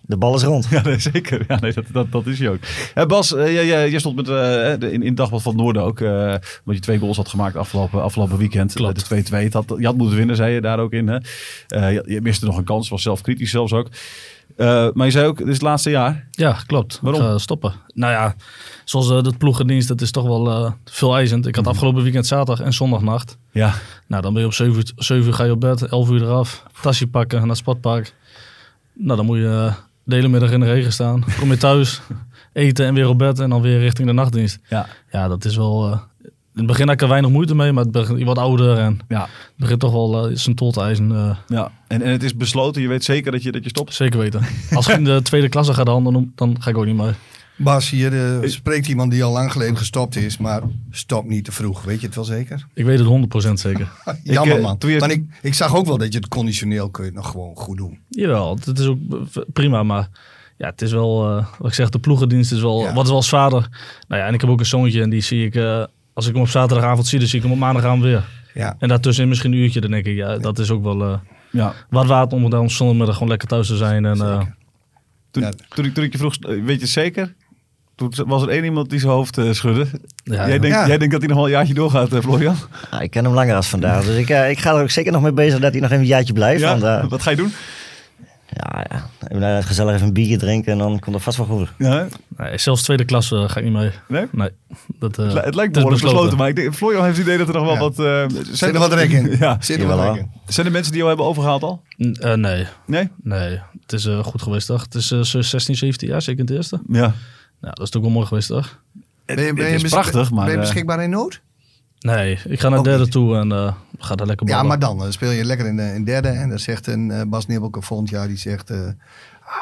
Speaker 4: De bal is rond.
Speaker 2: Ja, nee, zeker. Ja, nee, dat, dat, dat is je ook. Hé, Bas, eh, jij, jij, jij stond met, eh, in, in het Dagblad van het Noorden ook. eh omdat je twee goals had gemaakt afgelopen, afgelopen weekend.
Speaker 3: Klopt.
Speaker 2: Eh, De 2-2. Het had- Je had moeten winnen, zei je daar ook in. Hè? Eh, je, je miste nog een kans, was zelf kritisch zelfs ook. Eh, maar je zei ook, dit is het laatste jaar.
Speaker 3: Ja, klopt.
Speaker 2: Waarom?
Speaker 3: Ik ga stoppen. Nou ja, zoals eh, dat ploegendienst, dat is toch wel eh, veel eisend. Ik had afgelopen weekend zaterdag en zondagnacht.
Speaker 2: Ja,
Speaker 3: Nou, dan ben je op 7 uur, 7 uur ga je op bed, 11 uur eraf. Tasje pakken naar het sportpark. Nou, dan moet je eh, de hele middag in de regen staan. Kom je thuis, eten en weer op bed en dan weer richting de nachtdienst.
Speaker 2: ja,
Speaker 3: Ja, dat is wel... eh, in het begin had ik er weinig moeite mee, maar het begint- je wordt ouder en
Speaker 2: ja.
Speaker 3: het begint toch wel eh, zijn tol te eisen. eh,
Speaker 2: ja. En, en het is besloten, je weet zeker dat je, dat je stopt.
Speaker 3: zeker weten. Als ik in de tweede klasse ga handelen, dan ga ik ook niet mee.
Speaker 5: Bas, hier eh, spreekt iemand die al lang geleden gestopt is, maar stop niet te vroeg. Weet je het wel zeker?
Speaker 3: Ik weet het 100% zeker.
Speaker 5: Jammer
Speaker 2: eh,
Speaker 5: man.
Speaker 2: toen je-
Speaker 5: Maar ik, ik zag ook wel dat je het conditioneel kun je het nog gewoon goed doen.
Speaker 3: Jawel, het is ook eh, prima, maar ja, het is wel, eh, wat ik zeg, de ploegendienst is wel,
Speaker 5: Ja.
Speaker 3: wat is wel zwaarder. Nou ja, en ik heb ook een zoontje en die zie ik, eh, als ik hem op zaterdagavond zie, dan zie ik hem op maandagavond weer.
Speaker 5: Ja.
Speaker 3: En daartussen misschien een uurtje, dan denk ik, ja, dat is ook wel eh,
Speaker 2: Ja.
Speaker 3: wat waard om dan zondagmiddag gewoon lekker thuis te zijn. En, eh,
Speaker 2: Toen,
Speaker 5: Ja.
Speaker 2: toen, ik, toen ik je vroeg, eh, weet je het zeker? Toen was er één iemand die zijn hoofd eh, schudde.
Speaker 3: Ja,
Speaker 2: jij,
Speaker 3: ja.
Speaker 2: denkt,
Speaker 5: Ja.
Speaker 2: jij denkt dat hij nog wel een jaartje doorgaat, eh, Florian?
Speaker 4: Ah, ik ken hem langer als vandaag. Dus ik, eh, ik ga er ook zeker nog mee bezig dat hij nog even een jaartje blijft. Want, eh,
Speaker 2: Wat ga je doen?
Speaker 4: ja, ja. Even, eh, gezellig even een biertje drinken en dan komt het vast wel goed.
Speaker 2: Ja,
Speaker 3: nee, zelfs tweede klasse ga ik niet mee.
Speaker 2: nee?
Speaker 3: Nee, dat, eh,
Speaker 2: Het li- het lijkt
Speaker 3: is
Speaker 2: behoorlijk
Speaker 3: besloten.
Speaker 2: besloten, maar ik denk, Florian heeft het idee dat er nog wel
Speaker 5: Ja.
Speaker 2: wat... eh,
Speaker 5: Zit er wat rek in?
Speaker 2: Ja.
Speaker 5: Zit er
Speaker 4: Jawel,
Speaker 5: wat rek
Speaker 4: hoor.
Speaker 5: in?
Speaker 2: Zijn er mensen die jou hebben overgehaald al?
Speaker 3: N- eh, nee,
Speaker 2: Nee?
Speaker 3: nee, het is eh, goed geweest, toch? Het is eh, zo 16, 17 jaar, zeker in het eerste.
Speaker 2: Ja.
Speaker 3: Nou, dat is toch wel mooi geweest, toch?
Speaker 5: Ben je- ben
Speaker 2: het
Speaker 5: je
Speaker 2: is
Speaker 5: beschik-
Speaker 2: prachtig, maar...
Speaker 5: Ben je
Speaker 2: eh,
Speaker 5: beschikbaar in nood?
Speaker 3: Nee, ik ga naar
Speaker 5: Ook
Speaker 3: derde
Speaker 5: niet.
Speaker 3: toe en eh, ga daar lekker
Speaker 5: Ja,
Speaker 3: ballen.
Speaker 5: maar dan eh, speel je lekker in, de- in derde. En dan zegt een eh, Bas Nibbelke volgend jaar, die zegt... eh,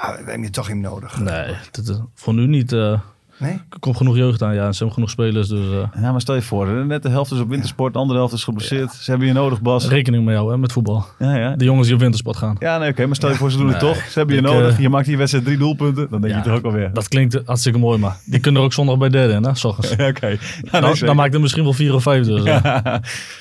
Speaker 5: ah, we hebben je toch hem nodig.
Speaker 3: Nee, dat, eh, voor nu niet. eh,
Speaker 5: Nee?
Speaker 3: er komt genoeg jeugd aan, ja. En ze hebben genoeg spelers, dus eh,
Speaker 2: ja, maar stel je voor, eh, net de helft is op wintersport, de andere helft is geblesseerd. Ze hebben je nodig, Bas.
Speaker 3: rekening mee houden hè, met voetbal.
Speaker 2: Ja, ja.
Speaker 3: De jongens die op wintersport gaan.
Speaker 2: Ja, nee, oké, maar stel je voor, ze doen het
Speaker 3: Nee.
Speaker 2: toch. Ze hebben je
Speaker 3: Ik, eh,
Speaker 2: nodig. Je maakt die wedstrijd drie doelpunten. Dan denk
Speaker 3: Ja,
Speaker 2: je toch ook alweer.
Speaker 3: Dat klinkt hartstikke mooi, maar die kunnen er ook zondag bij derde in, hè, s ochtends.
Speaker 2: Ja, Oké. Ja, nee,
Speaker 3: dan,
Speaker 2: zeker.
Speaker 3: dan maakt het misschien wel vier of vijf, dus. eh.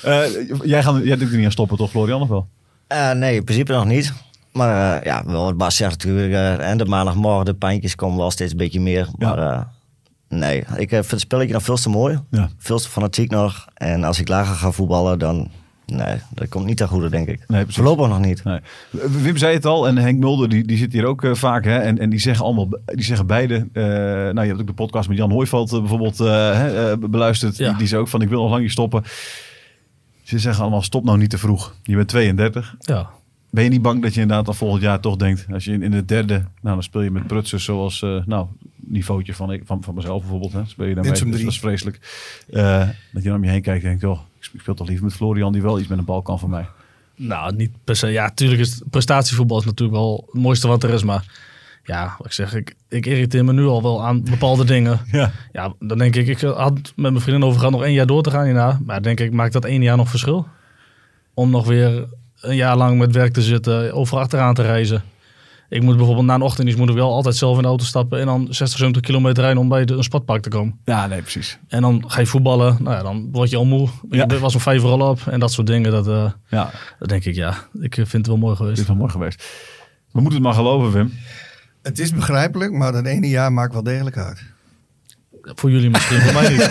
Speaker 2: Eh, jij, gaat, jij doet er niet aan stoppen, toch, Florian? Of wel?
Speaker 4: Eh, nee, in principe nog niet. Maar eh, ja, wel wat Bas zegt natuurlijk. eh, en de maandagmorgen, de pijntjes komen wel steeds een beetje meer.
Speaker 2: Ja.
Speaker 4: Maar eh, nee, ik eh, vind het spelletje nog veel te mooi.
Speaker 2: Ja.
Speaker 4: Veel te fanatiek nog. En als ik lager ga voetballen, dan... Nee, dat komt niet ten goede, denk ik.
Speaker 2: Nee, precies.
Speaker 4: Voorlopig nog niet.
Speaker 2: Nee. Wim zei het al en Henk Mulder die, die zit hier ook eh, vaak. Hè, en, en die zeggen allemaal, die zeggen beide. eh, nou, je hebt ook de podcast met Jan Hooiveld eh, bijvoorbeeld eh, hè, eh, beluisterd.
Speaker 3: Ja.
Speaker 2: Die, die zei ook van ik wil nog lang niet stoppen. Ze zeggen allemaal stop nou niet te vroeg. Je bent 32.
Speaker 3: ja.
Speaker 2: Ben je niet bang dat je inderdaad al volgend jaar toch denkt. Als je in, in het derde, nou dan speel je met prutsers zoals eh nou niveautje van, ik- van, van mezelf bijvoorbeeld. Hè, speel je daarmee,
Speaker 5: Dit is hem
Speaker 2: dus dat is vreselijk. Eh, dat je dan om je heen kijkt en denkt joh, ik speel toch liever met Florian die wel iets met een bal kan van mij.
Speaker 3: Nou, niet per se. Ja, tuurlijk is prestatievoetbal is natuurlijk wel het mooiste wat er is, maar... Ja, wat ik zeg, ik, ik irriteer me nu al wel aan bepaalde dingen.
Speaker 2: Ja.
Speaker 3: Ja, dan denk ik, ik had met mijn vriendin over gehad nog één jaar door te gaan hierna. Maar denk ik, maakt dat één jaar nog verschil? Om nog weer een jaar lang met werk te zitten, over achteraan te reizen. Ik moet bijvoorbeeld na een ochtenddienst moet ik wel altijd zelf in de auto stappen en dan 60, 70 kilometer rijden om bij de, een sportpark te komen.
Speaker 2: Ja, nee, precies.
Speaker 3: En dan ga je voetballen, nou ja, dan word je al moe.
Speaker 2: Ja.
Speaker 3: Je was om vijf uur al op en dat soort dingen. Dat, eh,
Speaker 2: Ja,
Speaker 3: dat denk ik, ja, ik vind het wel mooi
Speaker 2: dit is
Speaker 3: geweest.
Speaker 2: vanmorgen geweest. We moeten het maar geloven, Wim.
Speaker 5: Het is begrijpelijk, maar dat ene jaar maakt wel degelijk uit.
Speaker 3: Voor jullie misschien, voor mij niet.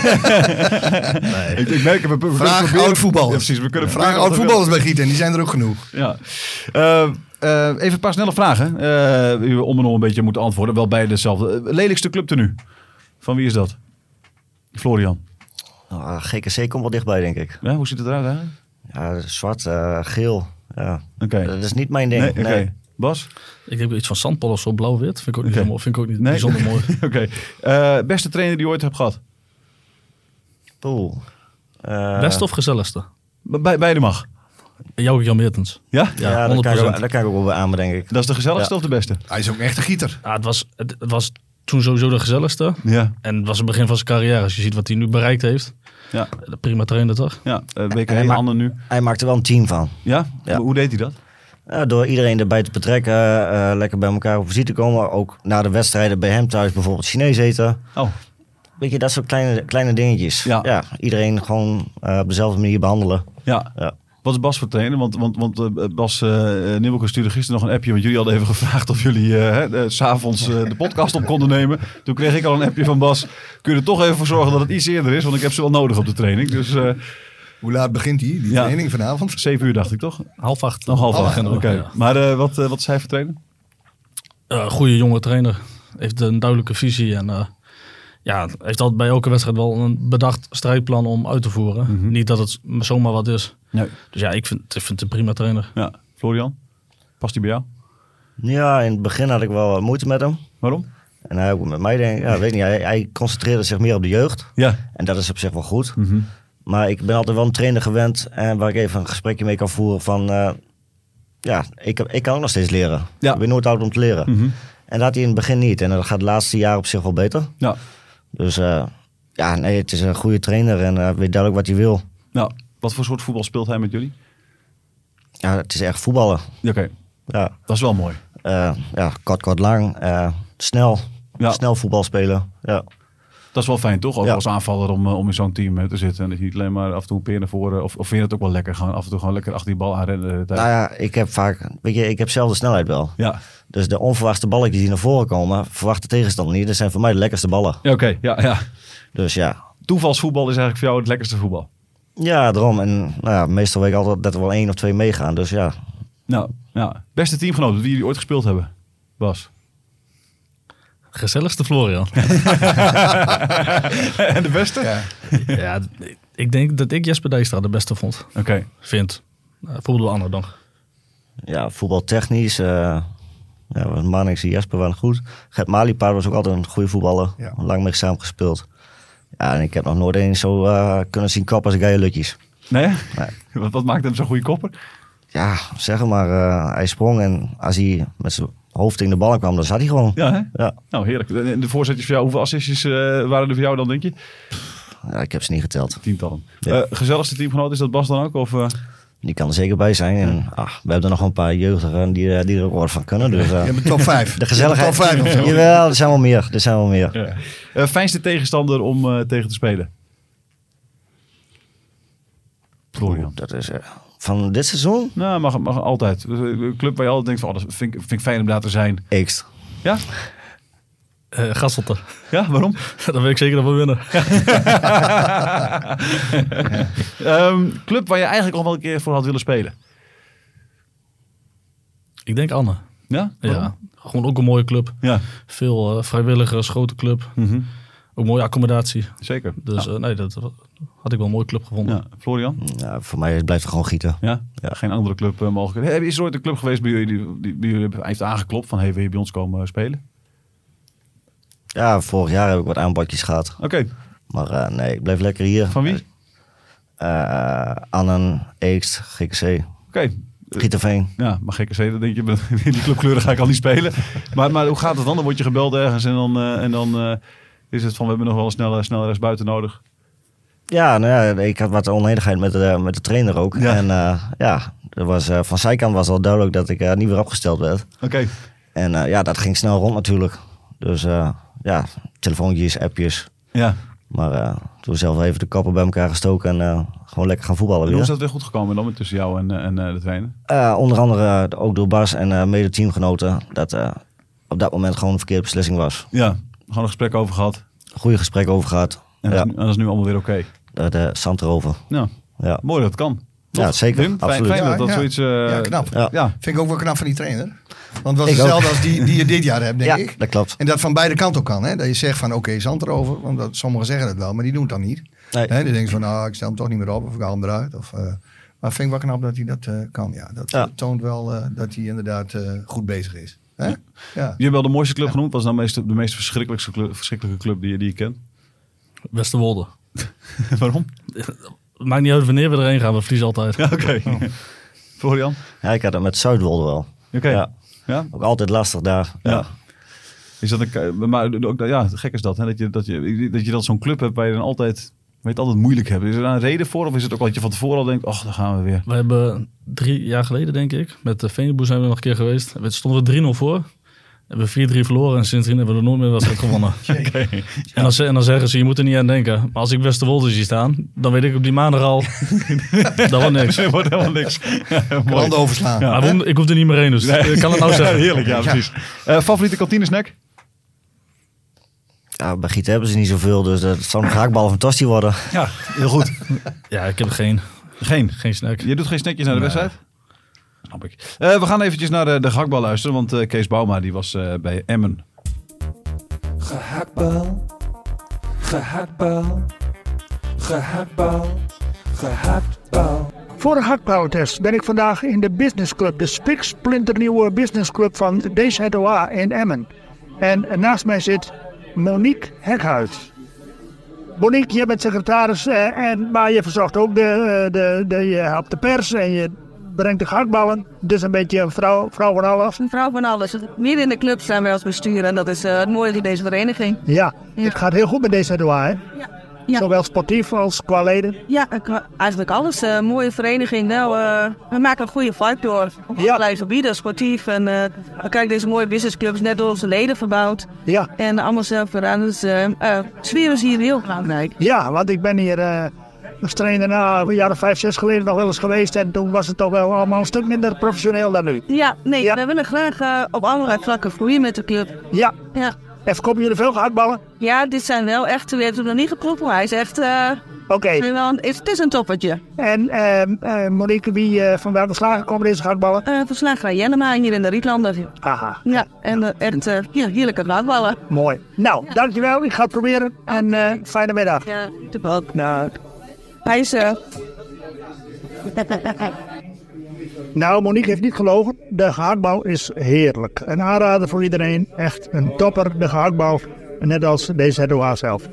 Speaker 2: Ik, ik merk, het, we, we kunnen
Speaker 5: Vraag
Speaker 2: proberen-
Speaker 5: oud-voetballers.
Speaker 2: Ja, precies, we kunnen
Speaker 5: Vraag
Speaker 2: proberen-
Speaker 5: oud voetballers bij Gieten, die zijn er ook genoeg.
Speaker 2: Ja. Eh, eh, even een paar snelle vragen. eh, die we om en om een beetje moeten antwoorden. Wel bij dezelfde. Eh, Lelijkste clubtenu. Van wie is dat? Florian.
Speaker 4: Ah, GKC komt wel dichtbij, denk ik.
Speaker 2: Ja, hoe ziet het eruit eigenlijk?
Speaker 4: Ja, zwart, eh, geel. Ja.
Speaker 2: Oké.
Speaker 4: Dat is niet mijn ding.
Speaker 2: Nee, oké.
Speaker 4: nee.
Speaker 2: Bas?
Speaker 3: Ik heb iets van zandpol of zo blauw-wit. Vind ik ook niet,
Speaker 2: Oké.
Speaker 3: zo mooi. Vind ik ook niet
Speaker 2: Nee?
Speaker 3: bijzonder mooi.
Speaker 2: Oké. Eh, beste trainer die je ooit hebt gehad?
Speaker 4: Poeh. Eh,
Speaker 3: Beste of gezelligste?
Speaker 2: Be- Bij, beide mag.
Speaker 3: Jou Jan Mertens.
Speaker 2: Ja?
Speaker 4: Ja,
Speaker 3: Ja,
Speaker 4: daar,
Speaker 3: 100%.
Speaker 4: kan ik ook, daar kan ik ook wel bij aan, denk ik.
Speaker 2: Dat is de gezelligste of de beste?
Speaker 5: Hij is ook een echte gieter.
Speaker 3: Ja, Nou, het, was, het, het was toen sowieso de gezelligste.
Speaker 2: Ja.
Speaker 3: En het was het begin van zijn carrière. Als je ziet wat hij nu bereikt heeft. Eh,
Speaker 2: Ja.
Speaker 3: Prima trainer toch?
Speaker 2: Ja, eh, BK
Speaker 4: Hij
Speaker 2: helemaal
Speaker 4: maakt-
Speaker 2: ander nu.
Speaker 4: Hij maakt er wel een team van.
Speaker 2: Ja?
Speaker 4: Ja.
Speaker 2: Hoe deed hij dat?
Speaker 4: Ja, door iedereen erbij te betrekken, eh, eh, lekker bij elkaar op visite komen. Ook na de wedstrijden bij hem thuis bijvoorbeeld Chinees eten.
Speaker 2: Oh,
Speaker 4: Weet je, dat soort kleine, kleine dingetjes.
Speaker 2: Ja.
Speaker 4: iedereen gewoon eh, op dezelfde manier behandelen.
Speaker 2: ja.
Speaker 4: Ja.
Speaker 2: Wat is Bas voor trainer? Want, want, want eh, Bas eh Nieuwelke stuurde gisteren nog een appje. Want jullie hadden even gevraagd of jullie eh, hè, eh, 's s'avonds eh, de podcast op konden nemen. Toen kreeg ik al een appje van Bas. Kun je er toch even voor zorgen dat het iets eerder is? Want ik heb ze wel nodig op de training. Dus eh,
Speaker 5: Hoe laat begint hij, die
Speaker 2: Ja.
Speaker 5: training vanavond?
Speaker 2: zeven uur dacht ik toch?
Speaker 3: Half acht.
Speaker 2: Nog half
Speaker 5: Half
Speaker 2: acht.
Speaker 5: acht,
Speaker 2: Oké.
Speaker 3: ja.
Speaker 2: Maar eh, wat, eh, wat is hij voor trainer?
Speaker 3: Eh, goede jonge trainer. Heeft een duidelijke visie. En eh, ja, heeft altijd bij elke wedstrijd wel een bedacht strijdplan om uit te voeren.
Speaker 2: Mhm.
Speaker 3: Niet dat het zomaar wat is.
Speaker 2: Nee.
Speaker 3: Dus ja, ik vind, ik vind het een prima trainer.
Speaker 2: Ja. Florian, past hij bij jou?
Speaker 4: Ja, in het begin had ik wel wat moeite met hem.
Speaker 2: Waarom?
Speaker 4: En hij ook met mij, denk ik. Ja, weet niet, hij, hij concentreerde zich meer op de jeugd.
Speaker 2: Ja.
Speaker 4: En dat is op zich wel goed.
Speaker 2: Mhm.
Speaker 4: Maar ik ben altijd wel een trainer gewend en waar ik even een gesprekje mee kan voeren van... eh, ja, ik, ik kan ook nog steeds leren.
Speaker 2: Ja. Mhm.
Speaker 4: Ik ben nooit oud om te leren. En dat had hij in het begin niet. En dat gaat het laatste jaar op zich wel beter.
Speaker 2: Ja.
Speaker 4: Dus eh, ja, nee, het is een goede trainer en eh, weet duidelijk wat hij wil.
Speaker 2: Nou, wat voor soort voetbal speelt hij met jullie?
Speaker 4: Ja, het is echt voetballen.
Speaker 2: Oké.
Speaker 4: Ja,
Speaker 2: Dat is wel mooi.
Speaker 4: eh, ja kort, kort, lang. eh, snel.
Speaker 2: Ja.
Speaker 4: Snel voetbal spelen. Ja.
Speaker 2: Dat is wel fijn, toch? Ook
Speaker 4: Ja.
Speaker 2: als aanvaller om, eh, om in zo'n team eh, te zitten. En dat je niet alleen maar af en toe een peer naar voren... Of, of vind je het ook wel lekker? Gewoon af en toe gewoon lekker achter die bal aanrennen. de hele tijd.
Speaker 4: Nou ja, ik heb vaak, weet je, ik heb zelf de snelheid wel.
Speaker 2: ja.
Speaker 4: Dus de onverwachte balletjes die naar voren komen, verwacht de tegenstander niet. Dat zijn voor mij de lekkerste ballen.
Speaker 2: Ja, oké. Ja, ja.
Speaker 4: Dus ja.
Speaker 2: Toevalsvoetbal is eigenlijk voor jou het lekkerste voetbal.
Speaker 4: Ja, daarom. En nou ja, meestal weet ik altijd dat er wel één of twee meegaan. Dus ja,
Speaker 2: Nou, ja. Beste teamgenoot die jullie ooit gespeeld hebben, Bas.
Speaker 3: Gezelligste Florian.
Speaker 2: en de beste?
Speaker 5: Ja.
Speaker 3: ja, d- ik denk dat ik Jesper Dijkstra de beste vond.
Speaker 2: Oké.
Speaker 3: Vind. Uh, voelde ander dan.
Speaker 4: ja voetbaltechnisch. eh ja, Manix en Jesper waren goed. Gert Maliepaard was ook altijd een goede voetballer.
Speaker 5: Ja.
Speaker 4: Lang mee samen gespeeld. Ja, en ik heb nog nooit één zo eh, kunnen zien kappen als Gaia Lutjes.
Speaker 2: Nee?
Speaker 4: Nee.
Speaker 2: Wat, wat maakt hem zo'n goede kopper?
Speaker 4: Ja, zeg maar, eh, hij sprong en als hij met zijn hoofd in de ballen kwam, dan zat hij gewoon.
Speaker 2: Ja, hè?
Speaker 4: Ja.
Speaker 2: Nou, heerlijk. En de voorzetjes voor jou, hoeveel assistjes eh, waren er voor jou dan, denk je?
Speaker 4: Ja, ik heb ze niet geteld.
Speaker 2: Tientallen.
Speaker 4: Ja.
Speaker 2: Eh, gezelligste teamgenoot, is dat Bas dan ook? Of, eh?
Speaker 4: Die kan er zeker bij zijn. En ah, we hebben er nog een paar jeugdigen die, eh, die er ook wat van kunnen. Dus, eh,
Speaker 5: Je hebt een top 5.
Speaker 4: de gezelligheid.
Speaker 5: Top 5 of zo.
Speaker 4: Jawel, er zijn wel meer. Er zijn wel meer.
Speaker 2: Eh, fijnste tegenstander om eh, tegen te spelen? Florian.
Speaker 4: Dat is eh, van dit seizoen.
Speaker 2: Nou, mag, mag altijd. Dus, eh, Een club waar je altijd denkt van, oh, dat vind ik, vind ik fijn om daar te zijn.
Speaker 4: X.
Speaker 2: Ja?
Speaker 3: Eh Gasselte.
Speaker 2: Ja, waarom?
Speaker 3: Dan weet ik zeker dat we winnen.
Speaker 2: Ehm, club waar je eigenlijk al wel een keer voor had willen spelen.
Speaker 3: Ik denk Anne.
Speaker 2: Ja? Waarom?
Speaker 3: Ja. Gewoon ook een mooie club.
Speaker 2: Ja,
Speaker 3: Veel eh, vrijwilligers, grote club.
Speaker 2: Mhm.
Speaker 3: Ook mooie accommodatie.
Speaker 2: zeker.
Speaker 3: Dus
Speaker 2: ja.
Speaker 3: eh, nee, dat had ik wel een mooie club gevonden.
Speaker 2: Ja. Florian?
Speaker 4: Ja, voor mij blijft het gewoon gieten.
Speaker 2: Ja? Geen andere club eh, mogelijk. Hey, Is er ooit een club geweest bij jullie die, die, die jullie heeft aangeklopt van, hey, wil je bij ons komen eh, spelen?
Speaker 4: Ja, vorig jaar heb ik wat aanbodjes gehad.
Speaker 2: Oké,
Speaker 4: Maar eh, nee, ik blijf lekker hier.
Speaker 2: van wie?
Speaker 4: Eh, eh, Annen, Eekst, GKC,
Speaker 2: Oké.
Speaker 4: Gieterveen.
Speaker 2: Ja, maar gekke zeden, denk je, in die clubkleuren ga ik al niet spelen. Maar, maar hoe gaat het dan? Dan word je gebeld ergens en dan, eh, en dan eh, is het van, we hebben nog wel een snelle, snelle rest buiten nodig.
Speaker 4: Ja, nou ja, ik had wat onenigheid met de, met de trainer ook.
Speaker 2: Ja.
Speaker 4: En eh, ja, er was, eh, van zijn kant was al duidelijk dat ik eh, niet weer opgesteld werd.
Speaker 2: Oké,
Speaker 4: En eh, ja, dat ging snel rond natuurlijk. Dus eh, ja, telefoontjes, appjes.
Speaker 2: ja.
Speaker 4: Maar eh, toen zelf even de kappen bij elkaar gestoken en eh, gewoon lekker gaan voetballen
Speaker 2: En hoe
Speaker 4: weer.
Speaker 2: is dat weer goed gekomen dan met tussen jou en, eh, en eh, de trainer?
Speaker 4: Eh, onder andere eh, ook door Bas en eh mede teamgenoten. Dat eh, op dat moment gewoon een verkeerde beslissing was.
Speaker 2: Ja, gewoon een gesprek over gehad.
Speaker 4: Goede gesprek over gehad.
Speaker 2: En
Speaker 4: ja,
Speaker 2: dat, is nu, dat is nu allemaal weer oké.
Speaker 4: de, de zand erover.
Speaker 2: Nou,
Speaker 4: Ja.
Speaker 2: mooi dat het kan.
Speaker 4: Ja,
Speaker 2: Toch?
Speaker 4: zeker,
Speaker 2: Wim, fijn,
Speaker 4: absoluut.
Speaker 2: fijn dat
Speaker 5: Ja,
Speaker 2: dat
Speaker 5: ja.
Speaker 2: zoiets... eh,
Speaker 5: Ja, knap.
Speaker 4: Ja.
Speaker 2: Ja,
Speaker 5: Vind ik ook wel knap van die trainer. Want het was
Speaker 4: Ik ook.
Speaker 5: hetzelfde als die, die je dit jaar hebt, denk
Speaker 4: ja,
Speaker 5: ik.
Speaker 4: dat klopt.
Speaker 5: En dat van beide kanten ook kan. Hè? Dat je zegt van oké, zand erover. Want dat, sommigen zeggen het wel, maar die ah, doen het dan niet.
Speaker 4: Nee.
Speaker 5: Hè? Die denken van nou, ik stel hem toch niet meer op of ik haal hem eruit. Of eh, Maar vind ik wel knap dat hij dat eh, kan. Ja, dat
Speaker 4: Ja.
Speaker 5: toont wel eh, dat hij inderdaad eh, goed bezig is. Hè? Ja.
Speaker 2: Je hebt wel de mooiste club genoemd. Wat is nou de meest, de meest verschrikkelijkste club, verschrikkelijke club die je, die je kent?
Speaker 3: Westerwolde.
Speaker 2: Waarom?
Speaker 3: Maakt niet uit wanneer we erheen gaan, we verliezen altijd.
Speaker 2: Ja, oké.
Speaker 5: Oh.
Speaker 2: Florian?
Speaker 4: Ja, ik had het met Zuidwolde wel.
Speaker 2: Oké.
Speaker 4: Ja.
Speaker 2: Ja?
Speaker 4: Ook altijd lastig daar.
Speaker 2: Ja.
Speaker 4: Ja.
Speaker 2: Is dat een, k- maar ook, ja, gek is dat, hè? Dat je dat, je, dat, je dat zo'n club hebt waar je dan altijd, weet altijd moeilijk hebt. Is er daar een reden voor? Of is het ook wat je van tevoren al denkt, ach, daar gaan we weer.
Speaker 3: We hebben drie jaar geleden, denk ik, met de Veneboer zijn we nog een keer geweest. We stonden er 3-0 voor. Hebben we 4-3 verloren en sindsdien hebben we er nooit meer een wedstrijd gewonnen. en, dan, ze- en dan zeggen ze, je moet er niet aan denken. Maar als ik Westerwolde zie staan, dan weet ik op die maandag al, dat was niks.
Speaker 2: Nee, wordt helemaal niks. Ja, mooi.
Speaker 5: Handen overslaan.
Speaker 3: Maar we hoeven- ik hoef er niet meer heen, dus ik kan het nou
Speaker 2: Ja,
Speaker 3: zeggen.
Speaker 2: heerlijk, ja, precies. Eh, favoriete kantinesnack?
Speaker 4: bij Gieten hebben ze niet zoveel, dus dat zou een haakbal van Tosti worden.
Speaker 2: Ja, heel goed.
Speaker 3: Ja, ik heb geen,
Speaker 2: Geen.
Speaker 3: geen snack.
Speaker 2: Je doet geen snackjes naar de wedstrijd? Snap ik. Eh, we gaan eventjes naar de, de gakbal luisteren, want eh, Kees Bouma die was eh, bij Emmen.
Speaker 6: Gehaktbal, gehaktbal, gehaktbal, gehaktbal.
Speaker 7: Voor de hakbouwtest ben ik vandaag in de Business Club, de spiksplinternieuwe Business Club van DZOA in Emmen. En naast mij zit Monique Hekhuis. Monique, jij bent secretaris, eh, en, maar je verzorgt ook de, eh, de, de, je helpt de pers en je brengt de hakballen. Dus een beetje een vrouw, vrouw van alles.
Speaker 8: Een vrouw van alles. Meer in de club zijn wij als bestuur en dat is eh, het mooie van deze vereniging.
Speaker 7: Ja,
Speaker 8: Ja.
Speaker 7: het gaat heel goed met DZOA, hè?
Speaker 8: Ja.
Speaker 7: Zowel sportief als qua leden.
Speaker 8: Ja, ik- eigenlijk alles. Eh, mooie vereniging. Nou, eh, we maken een goede vibe door. Op allerlei gebieden, sportief. En eh, kijk, deze mooie businessclub is net door onze leden verbouwd.
Speaker 7: Ja.
Speaker 8: En allemaal zelf gedaan. Dus eh eh, sfeer is hier heel belangrijk.
Speaker 7: Ja, want ik ben hier eh als trainer nou, een jaar of vijf, zes geleden nog wel eens geweest. En toen was het toch wel allemaal een stuk minder professioneel dan nu.
Speaker 8: Ja, nee,
Speaker 7: Ja.
Speaker 8: we willen graag eh, op allerlei vlakken groeien met de club.
Speaker 7: Ja,
Speaker 8: Ja.
Speaker 7: even komen jullie veel gehaktballen?
Speaker 8: Ja, dit zijn wel echt, we hebben hem nog niet geproefd, maar hij is echt, eh,
Speaker 7: Oké.
Speaker 8: wel een- het is een toppertje.
Speaker 7: En ehm, eh, Monique, wie, eh, van welke slagen komen deze gehaktballen?
Speaker 8: Eh verslag naar Jennema hier in de Rietlanden.
Speaker 7: Haha,
Speaker 8: Ja, en eh, echt eh, ja, heerlijke braadballen.
Speaker 7: mooi. Nou, dankjewel. Ik ga het proberen. En eh, fijne middag.
Speaker 8: Ja, de bal.
Speaker 7: Nou,
Speaker 8: Hij is... eh,
Speaker 7: nou, Monique heeft niet gelogen. De gehaktbal is heerlijk. Een aanrader voor iedereen. Echt een topper, de gehaktbal. Net als deze HDOA zelf.